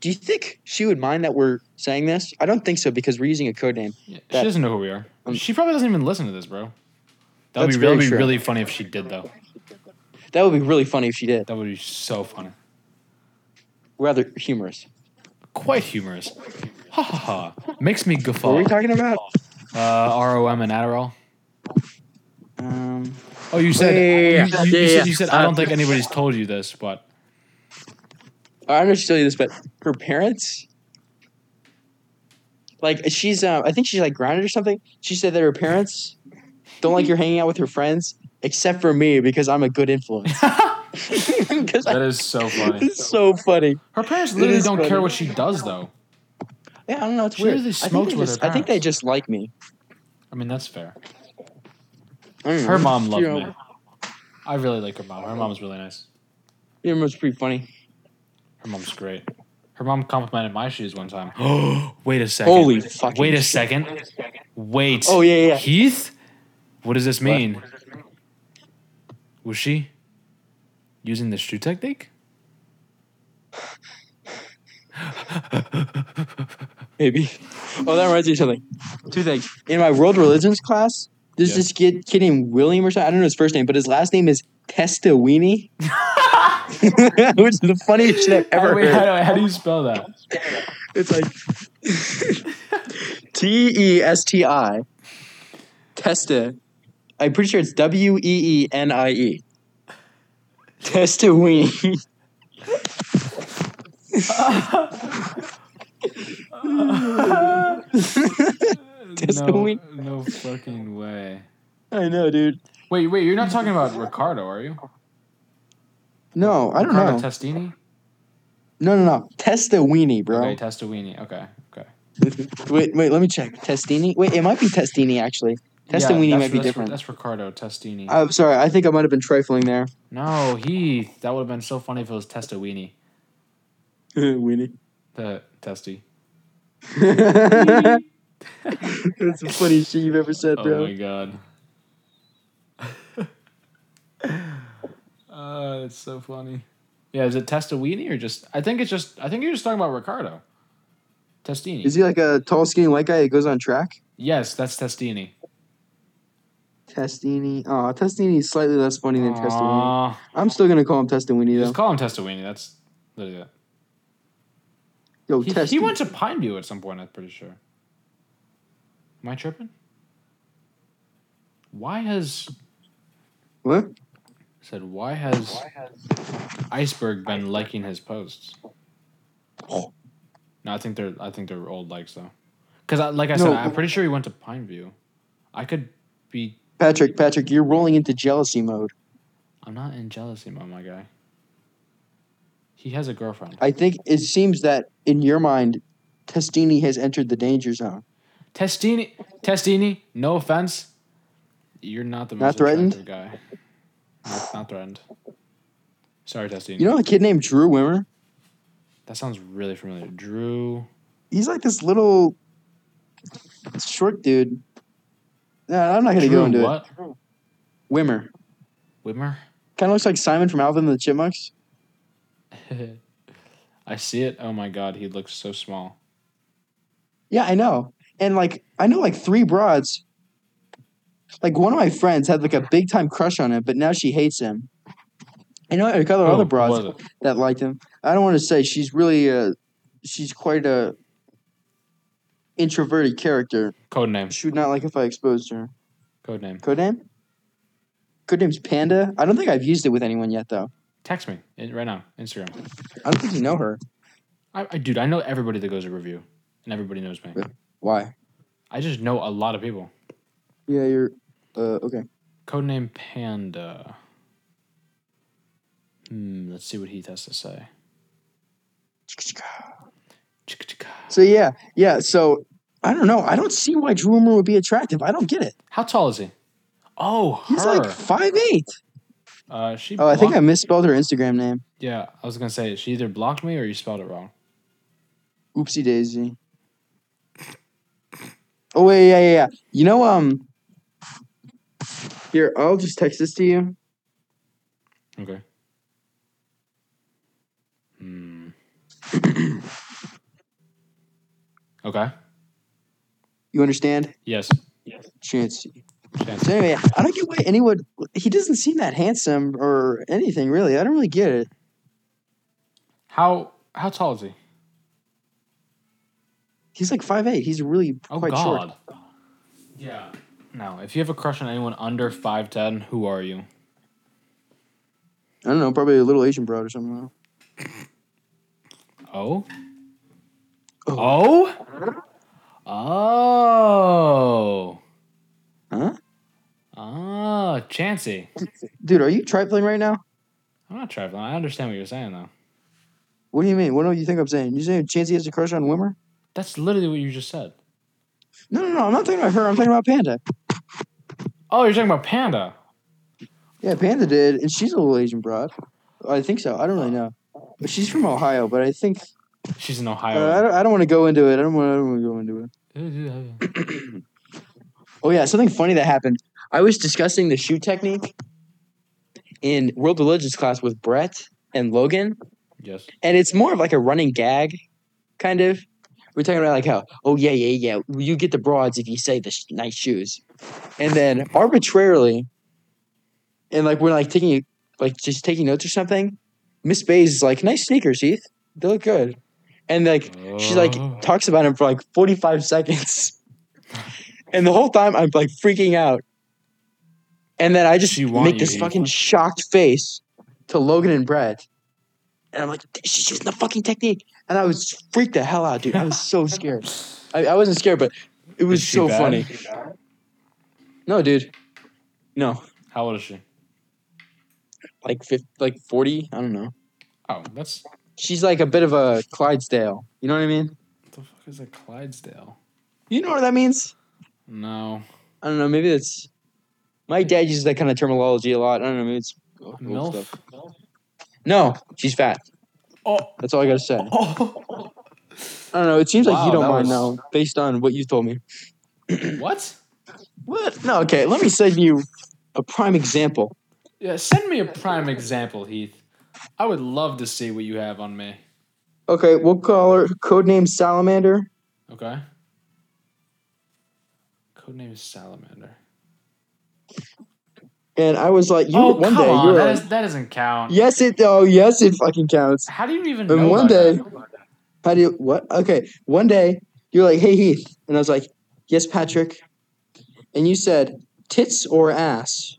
Speaker 2: do you think she would mind that we're saying this? I don't think so because we're using a code name.
Speaker 1: yeah, she
Speaker 2: That-
Speaker 1: doesn't know who we are.
Speaker 2: Um,
Speaker 1: she probably doesn't even listen to this, bro. That would
Speaker 2: That's
Speaker 1: be, really,
Speaker 2: very
Speaker 1: be
Speaker 2: true.
Speaker 1: really funny if she did, though.
Speaker 2: That would be really funny if she did.
Speaker 1: That would be so funny.
Speaker 2: Rather humorous.
Speaker 1: Quite humorous. Ha ha ha. Makes me
Speaker 2: What were
Speaker 1: guffaw.
Speaker 2: we talking about?
Speaker 1: Uh, ROM and Adderall.
Speaker 2: Um,
Speaker 1: Oh, you said,
Speaker 2: Yeah, yeah, yeah,
Speaker 1: you, you-
Speaker 2: yeah,
Speaker 1: you
Speaker 2: yeah.
Speaker 1: said, you said I
Speaker 2: Uh,
Speaker 1: don't think anybody's told you this, but
Speaker 2: I don't know if she told you this, but her parents, like she's, uh, I think she's like grounded or something. She said that her parents don't like her hanging out with her friends except for me because I'm a good influence.
Speaker 1: that
Speaker 2: 'Cause I-
Speaker 1: is so funny.
Speaker 2: it's so funny.
Speaker 1: Her parents literally
Speaker 2: is
Speaker 1: don't
Speaker 2: funny.
Speaker 1: care what she does, though.
Speaker 2: Yeah, I don't know. It's
Speaker 1: She
Speaker 2: weird.
Speaker 1: really
Speaker 2: I think
Speaker 1: smokes
Speaker 2: they
Speaker 1: with her
Speaker 2: just- I think they
Speaker 1: parents.
Speaker 2: just like me.
Speaker 1: I mean, that's fair.
Speaker 2: I don't know.
Speaker 1: Her mom loved
Speaker 2: You know,
Speaker 1: me. I really like her mom. Her mom's really nice.
Speaker 2: Your mom's pretty funny.
Speaker 1: Her mom's great. Her mom complimented my shoes one time. Wait a second.
Speaker 2: Holy fucking
Speaker 1: Wait a
Speaker 2: shit.
Speaker 1: second. Wait.
Speaker 2: Oh yeah, yeah, yeah.
Speaker 1: Heath? What does this mean? Was she using the shoe technique?
Speaker 2: maybe. Oh, that reminds me of something. Two things. In my world religions class, there's
Speaker 1: Yeah.
Speaker 2: this kid, kid named William or something. I don't know his first name, but his last name is Testawini, which is the funniest shit I've ever
Speaker 1: Oh, Wait,
Speaker 2: heard.
Speaker 1: how, do, how do you spell that?
Speaker 2: It's like T E S T I. Testa. I'm pretty sure it's W E E N I E. Testaween. Just
Speaker 1: no,
Speaker 2: a wink.
Speaker 1: no fucking way.
Speaker 2: I know, dude.
Speaker 1: Wait, wait, you're not talking about Ricardo, are you?
Speaker 2: No, I don't
Speaker 1: Ricardo
Speaker 2: know.
Speaker 1: Testini?
Speaker 2: No, no, no. Testawini, bro.
Speaker 1: Okay, Testawini. Okay, okay.
Speaker 2: Wait, wait, let me check. Testini? Wait, it might be Testini actually. Testawini
Speaker 1: that's-
Speaker 2: might be
Speaker 1: that's-
Speaker 2: different.
Speaker 1: That's Ricardo Testini.
Speaker 2: I'm sorry, I think I might have been trifling there.
Speaker 1: no, Heath. That would have been so funny if it was Testawini.
Speaker 2: Weenie.
Speaker 1: The testy.
Speaker 2: That's the funniest shit you've ever said,
Speaker 1: Oh my
Speaker 2: bro.
Speaker 1: god. uh, it's so funny. Yeah, is it Testawini or just? I think it's just. I think you're just talking about Ricardo. Testini.
Speaker 2: Is he like a tall, skinny white guy that goes on track?
Speaker 1: yes, that's Testini.
Speaker 2: Testini. Oh, Testini is slightly less funny than Testawini.
Speaker 1: Aw,
Speaker 2: I'm still gonna call him Testawini
Speaker 1: just
Speaker 2: though.
Speaker 1: call him Testawini. That's literally it.
Speaker 2: Yo,
Speaker 1: He,
Speaker 2: Testini.
Speaker 1: he went to Pineview at some point. I'm pretty sure. Am I tripping? Why has
Speaker 2: what?
Speaker 1: said? Why has Iceberg been liking his posts?
Speaker 2: Oh.
Speaker 1: No, I think they're I think they're old likes though. Because I, like I said,
Speaker 2: No.
Speaker 1: I'm pretty sure he went to Pineview. I could be.
Speaker 2: Patrick, Patrick, you're rolling into jealousy mode.
Speaker 1: I'm not in jealousy mode, my guy. He has a girlfriend.
Speaker 2: I think it seems that in your mind, Testini has entered the danger zone.
Speaker 1: Testini, Testini. No offense. You're not the
Speaker 2: Not
Speaker 1: most
Speaker 2: threatened?
Speaker 1: attractive guy. Not, not threatened. Sorry, Testini.
Speaker 2: You know a kid named Drew Wimmer?
Speaker 1: that sounds really familiar. Drew.
Speaker 2: He's like this little short dude. Nah, I'm not gonna go
Speaker 1: Drew
Speaker 2: into
Speaker 1: what?
Speaker 2: it. Wimmer.
Speaker 1: Whitmer.
Speaker 2: Kind of looks like Simon from Alvin and the Chipmunks.
Speaker 1: I see it. Oh my god, he looks so small.
Speaker 2: Yeah, I know. And like I know like three broads. Like one of my friends had like a big time crush on him, but now she hates him. I know a couple
Speaker 1: Oh,
Speaker 2: other
Speaker 1: who
Speaker 2: broads
Speaker 1: was it?
Speaker 2: that liked him. I don't want to say she's really uh she's quite a introverted character.
Speaker 1: Code name.
Speaker 2: She would not like if I exposed her.
Speaker 1: Code name.
Speaker 2: Codename? Codename's Panda. I don't think I've used it with anyone yet though.
Speaker 1: Text me in, right now, Instagram.
Speaker 2: I don't think you know her.
Speaker 1: I, I, dude, I know everybody that goes to review, and everybody knows me.
Speaker 2: Why?
Speaker 1: I just know a lot of people.
Speaker 2: Yeah, you're uh okay.
Speaker 1: Codename Panda. Hmm, let's see what he has to say. Chick-chick-ah.
Speaker 2: So yeah, yeah. So I don't know. I don't see why Drew Wimmer would be attractive. I don't get it.
Speaker 1: How tall is he? Oh,
Speaker 2: He's
Speaker 1: her.
Speaker 2: like five eight.
Speaker 1: uh, she.
Speaker 2: Oh, I think I
Speaker 1: blocked-
Speaker 2: misspelled her Instagram name.
Speaker 1: Yeah, I was gonna say she either blocked me or you spelled it wrong.
Speaker 2: Oopsie daisy. Oh wait, yeah, yeah, yeah. You know, um, here I'll just text this to you.
Speaker 1: Okay. Hmm. okay.
Speaker 2: You understand?
Speaker 1: Yes.
Speaker 2: Chancy.
Speaker 1: Chance.
Speaker 2: So anyway, I don't get why anyone. He doesn't seem that handsome or anything really. I don't really get it.
Speaker 1: How how tall is he?
Speaker 2: He's like five eight. He's really
Speaker 1: Oh
Speaker 2: quite short.
Speaker 1: God. Yeah. No, if you have a crush on anyone under five ten, who are you?
Speaker 2: I don't know. Probably a little Asian broad or something.
Speaker 1: Oh. Oh. Oh.
Speaker 2: Huh?
Speaker 1: Ah, Chancy.
Speaker 2: Dude, are you trifling right now?
Speaker 1: I'm not traveling. I understand what you're saying though.
Speaker 2: What do you mean? What do you think I'm saying? You saying Chansey has a crush on Wimmer?
Speaker 1: That's literally what you just said.
Speaker 2: No, no, no. I'm not talking about her. I'm talking about Panda.
Speaker 1: Oh, you're talking about Panda.
Speaker 2: Yeah, Panda did, and she's a little Asian broad. I think so. I don't really know. But she's from Ohio, but I think
Speaker 1: She's in
Speaker 2: uh, I
Speaker 1: Ohio.
Speaker 2: don't, I don't want to go into it. I don't want. I don't want to go into it. Oh yeah, something funny that happened. I was discussing the shoe technique in world religions class with Brett and Logan,
Speaker 1: yes.
Speaker 2: and it's more of like a running gag, kind of. We're talking about like how, oh yeah, yeah, yeah, you get the broads if you say the sh- nice shoes, and then arbitrarily, and like we're like taking like just taking notes or something. Miss Bays is like, nice sneakers, Heath. They look good, and like she like
Speaker 1: Oh.
Speaker 2: talks about him for like forty five seconds, and the whole time I'm like freaking out, and then I just
Speaker 1: She want
Speaker 2: make
Speaker 1: you,
Speaker 2: this
Speaker 1: Heath.
Speaker 2: fucking shocked face to Logan and Brett. And I'm like, she's using the fucking technique. And I was freaked the hell out, dude. I was so scared. I, I wasn't scared, but it was
Speaker 1: Is she
Speaker 2: so
Speaker 1: bad?
Speaker 2: funny. No, dude. No.
Speaker 1: How old is she?
Speaker 2: Like fif- like 40. I don't know.
Speaker 1: Oh, that's
Speaker 2: She's like a bit of a Clydesdale. You know what I mean?
Speaker 1: what the fuck is a Clydesdale?
Speaker 2: You know what that means?
Speaker 1: No.
Speaker 2: I don't know. Maybe that's. My dad uses that kind of terminology a lot. I don't know. Maybe it's. old
Speaker 1: MILF.
Speaker 2: stuff. No, she's fat.
Speaker 1: Oh,
Speaker 2: That's all I got to say.
Speaker 1: oh.
Speaker 2: I don't know. It seems like
Speaker 1: Wow,
Speaker 2: you don't
Speaker 1: that
Speaker 2: mind
Speaker 1: was-
Speaker 2: now, based on what you told me.
Speaker 1: What?
Speaker 2: What? No, okay. Let me send you a prime example.
Speaker 1: Yeah, send me a prime example, Heath. I would love to see what you have on me.
Speaker 2: Okay, we'll call her codename Salamander.
Speaker 1: Okay. Codename is Salamander.
Speaker 2: And I was like, you
Speaker 1: oh,
Speaker 2: one
Speaker 1: come
Speaker 2: day
Speaker 1: on.
Speaker 2: you're
Speaker 1: That,
Speaker 2: like,
Speaker 1: is, that doesn't count.
Speaker 2: yes it oh yes it fucking counts.
Speaker 1: How do you even
Speaker 2: And
Speaker 1: know?
Speaker 2: one
Speaker 1: about
Speaker 2: day-
Speaker 1: that?
Speaker 2: How do you what? Okay, one day you're like, hey Heath, and I was like, yes Patrick, and you said tits or ass,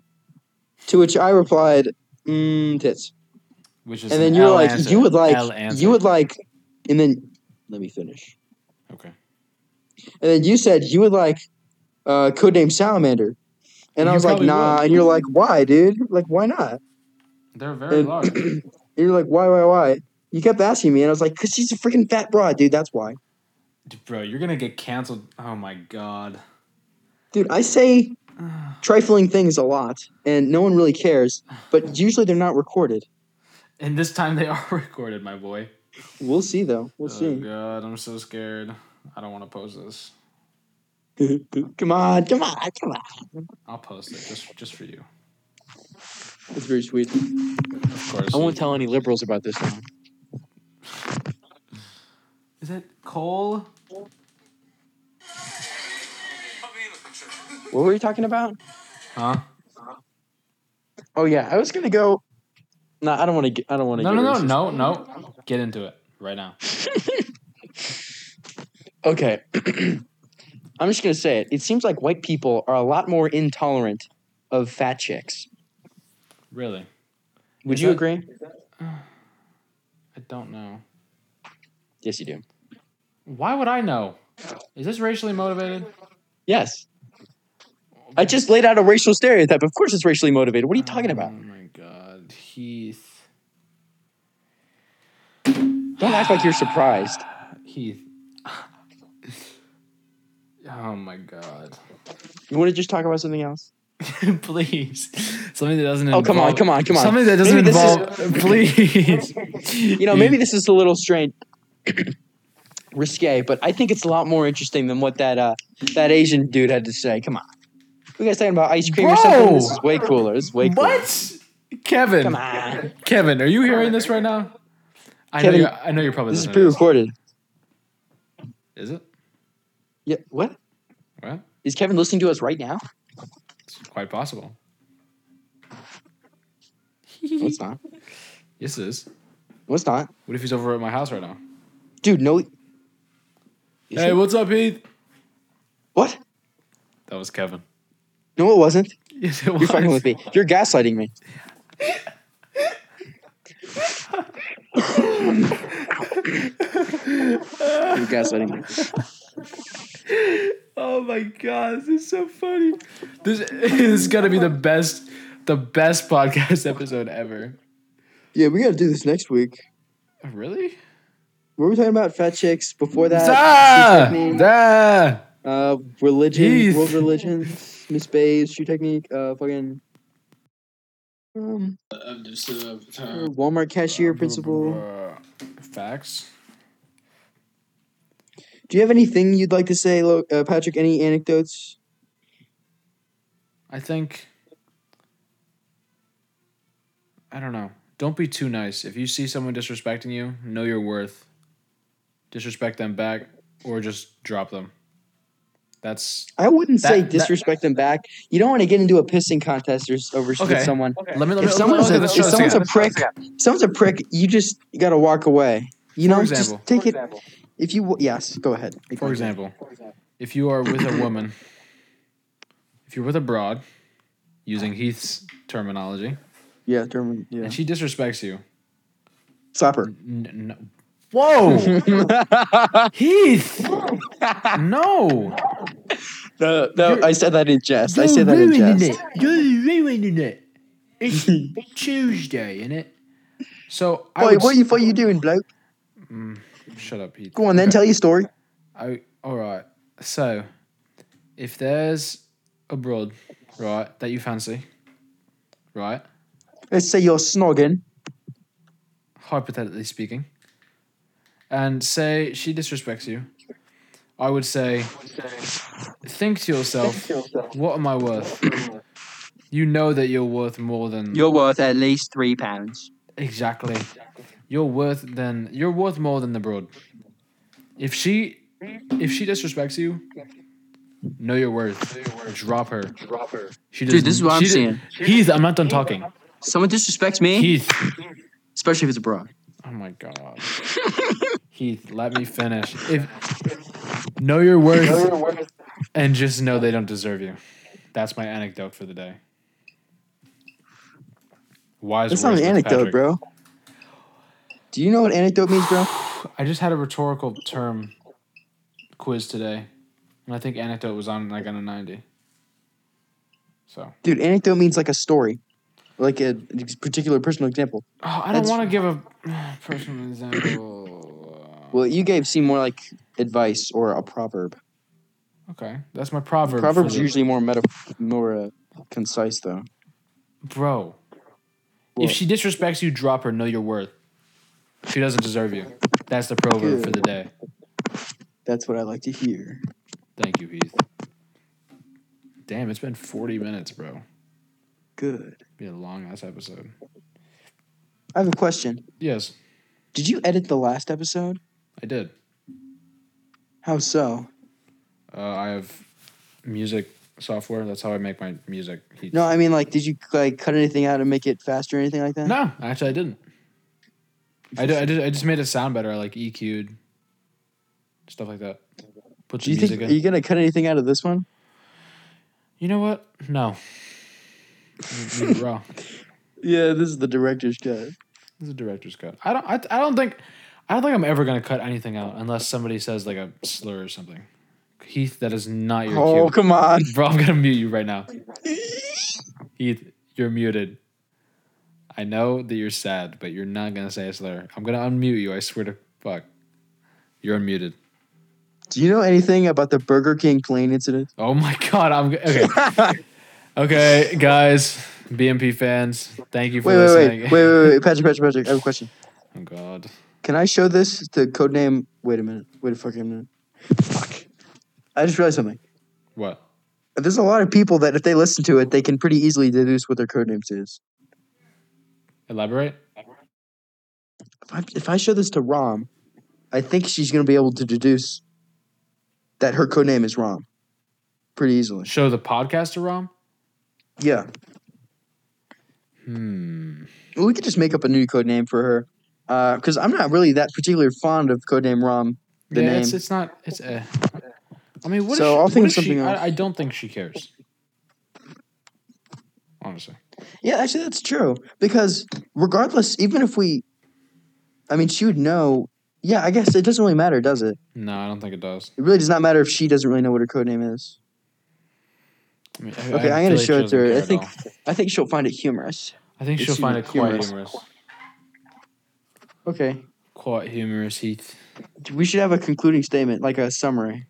Speaker 2: to which I replied, mm, tits,
Speaker 1: Which is
Speaker 2: and
Speaker 1: an
Speaker 2: then you're
Speaker 1: L
Speaker 2: like,
Speaker 1: answer.
Speaker 2: you would like,
Speaker 1: L answer.
Speaker 2: you would like, and then let me finish,
Speaker 1: Okay.
Speaker 2: and then you said you would like, uh, codename Salamander, and I
Speaker 1: You
Speaker 2: was like,
Speaker 1: probably
Speaker 2: nah,
Speaker 1: would.
Speaker 2: and you're like, why, dude? Like, why not?
Speaker 1: They're very
Speaker 2: And-
Speaker 1: large.
Speaker 2: And you're like, why, why, why? You kept asking me, and I was like, because she's a freaking fat broad, dude. That's why.
Speaker 1: Dude, Bro, you're gonna get canceled. Oh my god.
Speaker 2: Dude, I say trifling things a lot, and no one really cares, but usually they're not recorded.
Speaker 1: And this time they are recorded, my boy.
Speaker 2: We'll see, though. We'll
Speaker 1: oh god, I'm so scared. I don't want to post this. Oh,
Speaker 2: see. come on, come on, come on.
Speaker 1: I'll post it just just for you.
Speaker 2: That's very sweet.
Speaker 1: Of course.
Speaker 4: I won't tell any liberals about this one.
Speaker 1: Is that Cole?
Speaker 2: What were you talking about?
Speaker 1: Huh?
Speaker 2: Oh, yeah. I was going to go. No, I don't want to. I don't want to.
Speaker 1: No, no, no, no, no. Get into it right now.
Speaker 2: Okay. I'm just gonna say it. It seems like white people are a lot more intolerant of fat chicks.
Speaker 1: Really?
Speaker 2: Would
Speaker 1: Is
Speaker 2: you
Speaker 1: that-
Speaker 2: agree?
Speaker 1: I don't know.
Speaker 2: Yes, you do.
Speaker 1: Why would I know? Is this racially motivated?
Speaker 2: Yes. I just laid out a racial stereotype. Of course, it's racially motivated. What are you talking about?
Speaker 1: Oh my god, Heath.
Speaker 2: Don't act like you're surprised.
Speaker 1: Heath. Oh my god.
Speaker 2: You want to just talk about something else?
Speaker 1: please. Something that doesn't
Speaker 2: Oh, come on,
Speaker 1: involve-
Speaker 2: come on, come on.
Speaker 1: Something that doesn't
Speaker 2: Maybe this
Speaker 1: involve please.
Speaker 2: You know, maybe this is a little strange, risque, but I think it's a lot more interesting than what that uh, that Asian dude had to say. Come on, we guys talking about ice cream or something?
Speaker 1: Bro!
Speaker 2: This is way cooler. This is way cooler.
Speaker 1: What? Kevin.
Speaker 2: Come on,
Speaker 1: Kevin, are you hearing this right now? I
Speaker 2: Kevin,
Speaker 1: know you're, I know you're probably
Speaker 2: this is
Speaker 1: listening to
Speaker 2: pre-recorded.
Speaker 1: Is it?
Speaker 2: Yeah, what?
Speaker 1: Well,
Speaker 2: Is Kevin listening to us right now?
Speaker 1: it's quite possible. Mm-hmm.
Speaker 2: No, it's not.
Speaker 1: Yes, it is.
Speaker 2: No, it's not.
Speaker 1: What if he's over at my house right now?
Speaker 2: Dude, no. Is
Speaker 1: hey,
Speaker 2: it?
Speaker 1: what's up, Heath?
Speaker 2: what?
Speaker 1: That was Kevin.
Speaker 2: No, it wasn't.
Speaker 1: Yes, it was.
Speaker 2: You're fucking with me. You're gaslighting me. You're gaslighting me.
Speaker 1: Oh my god, this is so funny. This, this is gonna be the best, the best podcast episode ever.
Speaker 2: Yeah, we gotta do this next week.
Speaker 1: Really?
Speaker 2: What were we talking about? Fat chicks. Before
Speaker 1: Ah!
Speaker 2: shoe technique,
Speaker 1: Ah!
Speaker 2: uh, religion,
Speaker 1: Jeez.
Speaker 2: world religions, Miss Bay's shoe technique, uh, fucking. Um, uh, Walmart cashier principal.
Speaker 1: Facts.
Speaker 2: Do you have anything you'd like to say, Lo- uh, Patrick? Any anecdotes?
Speaker 1: I think. I don't know. Don't be too nice. If you see someone disrespecting you, know your worth. Disrespect them back, or just drop them. That's
Speaker 2: I wouldn't say
Speaker 1: That- that-
Speaker 2: disrespect them back. You don't want to get into a pissing contest or s- over s-
Speaker 1: Okay.
Speaker 2: with someone.
Speaker 1: let me let me.
Speaker 2: If
Speaker 1: let me
Speaker 2: someone's
Speaker 1: look
Speaker 2: a,
Speaker 1: at this
Speaker 2: if
Speaker 1: show again.
Speaker 2: someone's a prick, someone's a prick. You just gotta walk away. You
Speaker 1: For
Speaker 2: know,
Speaker 1: example.
Speaker 2: just take it. If you w- yes, go ahead.
Speaker 1: For example, if you are with a woman, if you're with a broad, using Heath's terminology,
Speaker 2: yeah, German, yeah,
Speaker 1: and she disrespects you,
Speaker 2: slap her.
Speaker 1: n- n- whoa, Heath, no,
Speaker 2: No, no, I said that in jest. I
Speaker 1: You're
Speaker 2: said that in
Speaker 1: ruining
Speaker 2: jest.
Speaker 1: it. You're ruining it. It's Tuesday, innit? So I
Speaker 2: Boy,
Speaker 1: would
Speaker 2: what
Speaker 1: s-
Speaker 2: you what you doing, bloke?
Speaker 1: shut up, Heath.
Speaker 2: Go on then,
Speaker 1: Okay.
Speaker 2: tell your story.
Speaker 1: I all right. So, if there's a broad, right, that you fancy, right,
Speaker 2: Let's say you're snogging.
Speaker 1: hypothetically speaking, and say she disrespects you, I would say, think to yourself, what am I worth? You know that you're worth more than
Speaker 4: You're worth at least three pounds.
Speaker 1: exactly. You're worth than you're worth more than the broad. If she if she disrespects you, know your worth. Drop her. Drop her. She
Speaker 4: Dude,
Speaker 1: does-
Speaker 4: this is what
Speaker 1: she
Speaker 4: I'm
Speaker 1: d-
Speaker 4: saying.
Speaker 1: Heath, I'm not done talking.
Speaker 4: Someone disrespects me,
Speaker 1: Heath.
Speaker 4: especially if it's a broad.
Speaker 1: Oh my god. Heath, let me finish. If know your worth and just know they don't deserve you. That's my anecdote for the day. Wise
Speaker 2: That's not
Speaker 1: words
Speaker 2: an
Speaker 1: with
Speaker 2: anecdote,
Speaker 1: Patrick.
Speaker 2: bro. Do you know what anecdote means, bro?
Speaker 1: I just had a rhetorical term quiz today, and I think anecdote was on like on a ninety. So oh,
Speaker 2: Dude, anecdote means like a story, like a particular personal example.
Speaker 1: oh, I don't
Speaker 2: That's-
Speaker 1: want to give a personal example.
Speaker 2: Well, you gave C more like advice or a proverb.
Speaker 1: Okay, that's my proverb. for
Speaker 2: Proverbs
Speaker 1: the-
Speaker 2: usually more meta, more uh, concise though.
Speaker 1: bro.
Speaker 2: What?
Speaker 1: If she disrespects you, drop her. Know your worth. She doesn't deserve you. That's the proverb for the day.
Speaker 2: That's what I like to hear.
Speaker 1: Thank you, Heath. Damn, it's been forty minutes, bro.
Speaker 2: Good.
Speaker 1: Be a long ass episode.
Speaker 2: I have a question.
Speaker 1: Yes,
Speaker 2: Did you edit the last episode?
Speaker 1: I did.
Speaker 2: How so?
Speaker 1: Uh, I have music software. That's how I make my music. Heath.
Speaker 2: No, I mean like, did you like cut anything out and make it faster or anything like that?
Speaker 1: No, actually, I didn't. I did, I did. I just made it sound better. I like EQ'd stuff like that. Put
Speaker 2: Do
Speaker 1: some
Speaker 2: you
Speaker 1: music
Speaker 2: think E are
Speaker 1: in.
Speaker 2: you gonna cut anything out of this one?
Speaker 1: you know what? No. Leave it raw.
Speaker 2: Yeah, this is the director's cut.
Speaker 1: This is a director's cut. I don't. I, I don't think. I don't think I'm ever gonna cut anything out unless somebody says like a slur or something. Heath, that is not your
Speaker 2: Oh
Speaker 1: cue.
Speaker 2: come on!
Speaker 1: Bro, I'm gonna mute you right now. Heath, you're muted. I know that you're sad, but you're not gonna say a slur. I'm gonna unmute you. I swear to fuck. You're unmuted.
Speaker 2: Do you know anything about the Burger King plane incident?
Speaker 1: Oh my god, I'm okay. okay, guys, BMP fans, thank you for
Speaker 2: Wait, wait,
Speaker 1: listening.
Speaker 2: wait, wait, wait, wait, Patrick, Patrick, Patrick. I have a question.
Speaker 1: Oh god.
Speaker 2: Can I show this to Codename? Wait a minute. Wait a fucking minute. Fuck. I just realized something.
Speaker 1: What?
Speaker 2: There's a lot of people that if they listen to it, they can pretty easily deduce what their codenames is.
Speaker 1: Elaborate?
Speaker 2: If I, if I show this to Rom, I think she's gonna be able to deduce that her codename is Rom, pretty easily.
Speaker 1: Show the podcast to Rom?
Speaker 2: Yeah.
Speaker 1: Hmm.
Speaker 2: Well, we could just make up a new code name for her, because I'm not really that particularly fond of codename Rom. The
Speaker 1: yeah,
Speaker 2: name.
Speaker 1: it's it's not it's eh. I mean what if
Speaker 2: So
Speaker 1: she-
Speaker 2: I'll
Speaker 1: what
Speaker 2: think
Speaker 1: if
Speaker 2: of
Speaker 1: she-
Speaker 2: something else.
Speaker 1: I, I don't think she cares. Honestly.
Speaker 2: Yeah, actually, that's true. Because regardless, even if we, I mean, she would know. Yeah, I guess it doesn't really matter, does it?
Speaker 1: No, I don't think it does.
Speaker 2: It really does not matter if she doesn't really know what her code name is.
Speaker 1: I mean,
Speaker 2: Okay, I'm gonna
Speaker 1: feel like
Speaker 2: show
Speaker 1: she
Speaker 2: it to her. I
Speaker 1: doesn't care at
Speaker 2: think-
Speaker 1: all.
Speaker 2: I think she'll find it humorous.
Speaker 1: I think
Speaker 2: it's
Speaker 1: she'll find it quite
Speaker 2: humorous.
Speaker 1: humorous.
Speaker 2: Okay,
Speaker 1: Quite humorous, Heath.
Speaker 2: we should have a concluding statement, like a summary.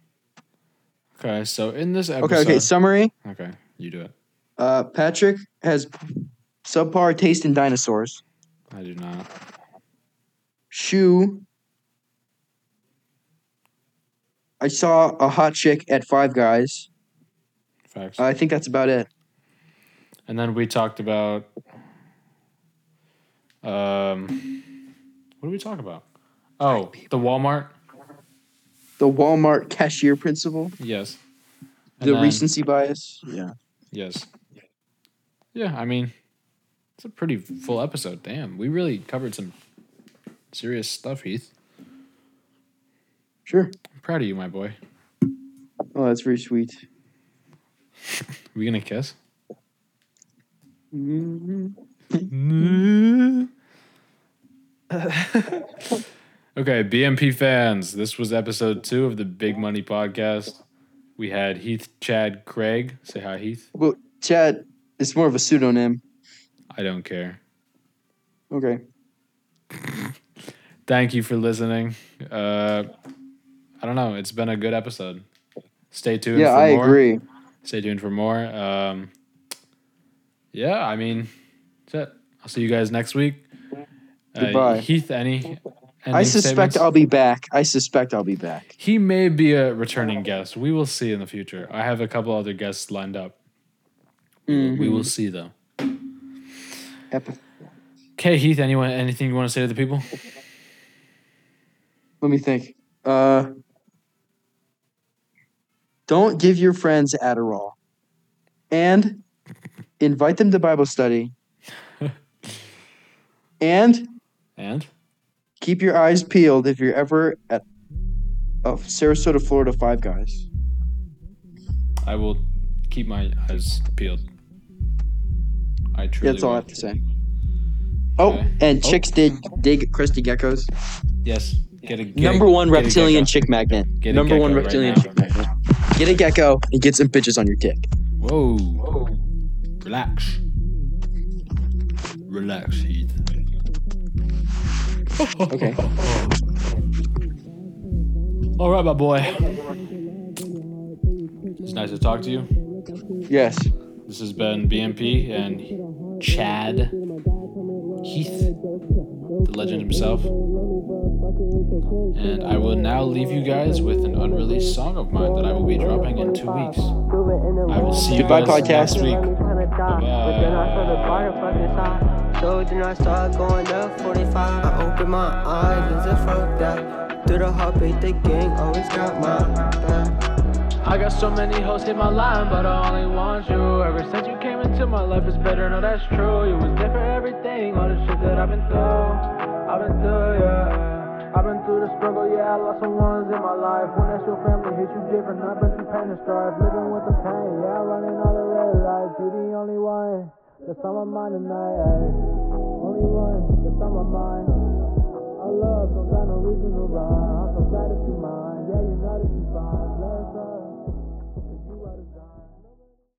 Speaker 1: Okay, so in this episode,
Speaker 2: Okay, okay, summary.
Speaker 1: okay, you do it.
Speaker 2: Uh, Patrick has subpar taste in dinosaurs.
Speaker 1: I do not.
Speaker 2: Shoe. I saw a hot chick at Five Guys.
Speaker 1: Facts.
Speaker 2: I think that's about it.
Speaker 1: and then we talked about. Um, what did we talk about? Oh, the Walmart.
Speaker 2: The Walmart cashier principle.
Speaker 1: Yes. And
Speaker 2: The
Speaker 1: then-
Speaker 2: recency bias. Yeah.
Speaker 1: Yes. Yeah, I mean, it's a pretty full episode. Damn, we really covered some serious stuff, Heath.
Speaker 2: Sure.
Speaker 1: I'm proud of you, my boy.
Speaker 2: Oh, that's very sweet.
Speaker 1: we gonna kiss? Okay, BMP fans, this was episode two of the Big Money Podcast. We had Heath, Chad, Craig. Say hi, Heath.
Speaker 2: Well, Chad, it's more of a pseudonym.
Speaker 1: I don't care.
Speaker 2: Okay.
Speaker 1: Thank you for listening. Uh, I don't know. It's been a good episode. Stay tuned.
Speaker 2: Yeah,
Speaker 1: for
Speaker 2: I
Speaker 1: more.
Speaker 2: agree.
Speaker 1: Stay tuned for more. Um, yeah, I mean, that's it. I'll see you guys next week. Uh,
Speaker 2: Goodbye.
Speaker 1: Heath, any ending
Speaker 2: I suspect
Speaker 1: statements?
Speaker 2: I'll be back. I suspect I'll be back.
Speaker 1: He may be a returning guest. We will see in the future. I have a couple other guests lined up. We
Speaker 2: Mm-hmm.
Speaker 1: will see though.
Speaker 2: Epi-
Speaker 1: Okay, Heath. Anyone? Anything you want to say to the people?
Speaker 2: Let me think. Uh, don't give your friends Adderall, and invite them to Bible study, and
Speaker 1: And
Speaker 2: keep your eyes peeled if you're ever at uh, Sarasota, Florida Five Guys.
Speaker 1: I will keep my eyes peeled. I truly.
Speaker 2: That's all I
Speaker 1: will.
Speaker 2: have to say. Oh,
Speaker 1: Okay.
Speaker 2: and
Speaker 1: Oh.
Speaker 2: chicks dig dig crusty geckos.
Speaker 1: Yes. Get a get
Speaker 4: Number
Speaker 1: a,
Speaker 4: one
Speaker 1: get a
Speaker 4: reptilian
Speaker 1: gecko.
Speaker 4: chick magnet.
Speaker 1: Get a
Speaker 4: Number one
Speaker 1: gecko right
Speaker 4: reptilian
Speaker 1: now.
Speaker 4: chick magnet.
Speaker 2: Get a gecko and get some bitches on your dick.
Speaker 1: Whoa. Relax. Relax, Heath.
Speaker 2: Okay.
Speaker 1: All right, my boy. It's nice to talk to you.
Speaker 2: Yes.
Speaker 1: This has been BMP and Chad Heath, the legend himself. And I will now leave you guys with an unreleased song of mine that I will be dropping in two weeks.
Speaker 5: I
Speaker 1: will see you
Speaker 2: Goodbye, guys podcast.
Speaker 1: next week.
Speaker 5: But then I felt a part of fucking side. So then I start going up 45. I open my eyes and said, fuck that. Through the heartbeat, the gang always got my back. I got so many hoes in my line, but I only want you. Ever since you came into my life, it's better, no, that's true. You was there for everything, all the shit that I've been through. I've been through, yeah. I've been through the struggle, yeah. I lost some ones in my life. When that's your family, hit you different. I've been through pain and strife, living with the pain, yeah. Running all the red lights, you the only one that's on my mind tonight, ayy. Only one that's on my mind. I love, don't got no reason to run. I'm so glad that you mine, yeah. You know that you fine.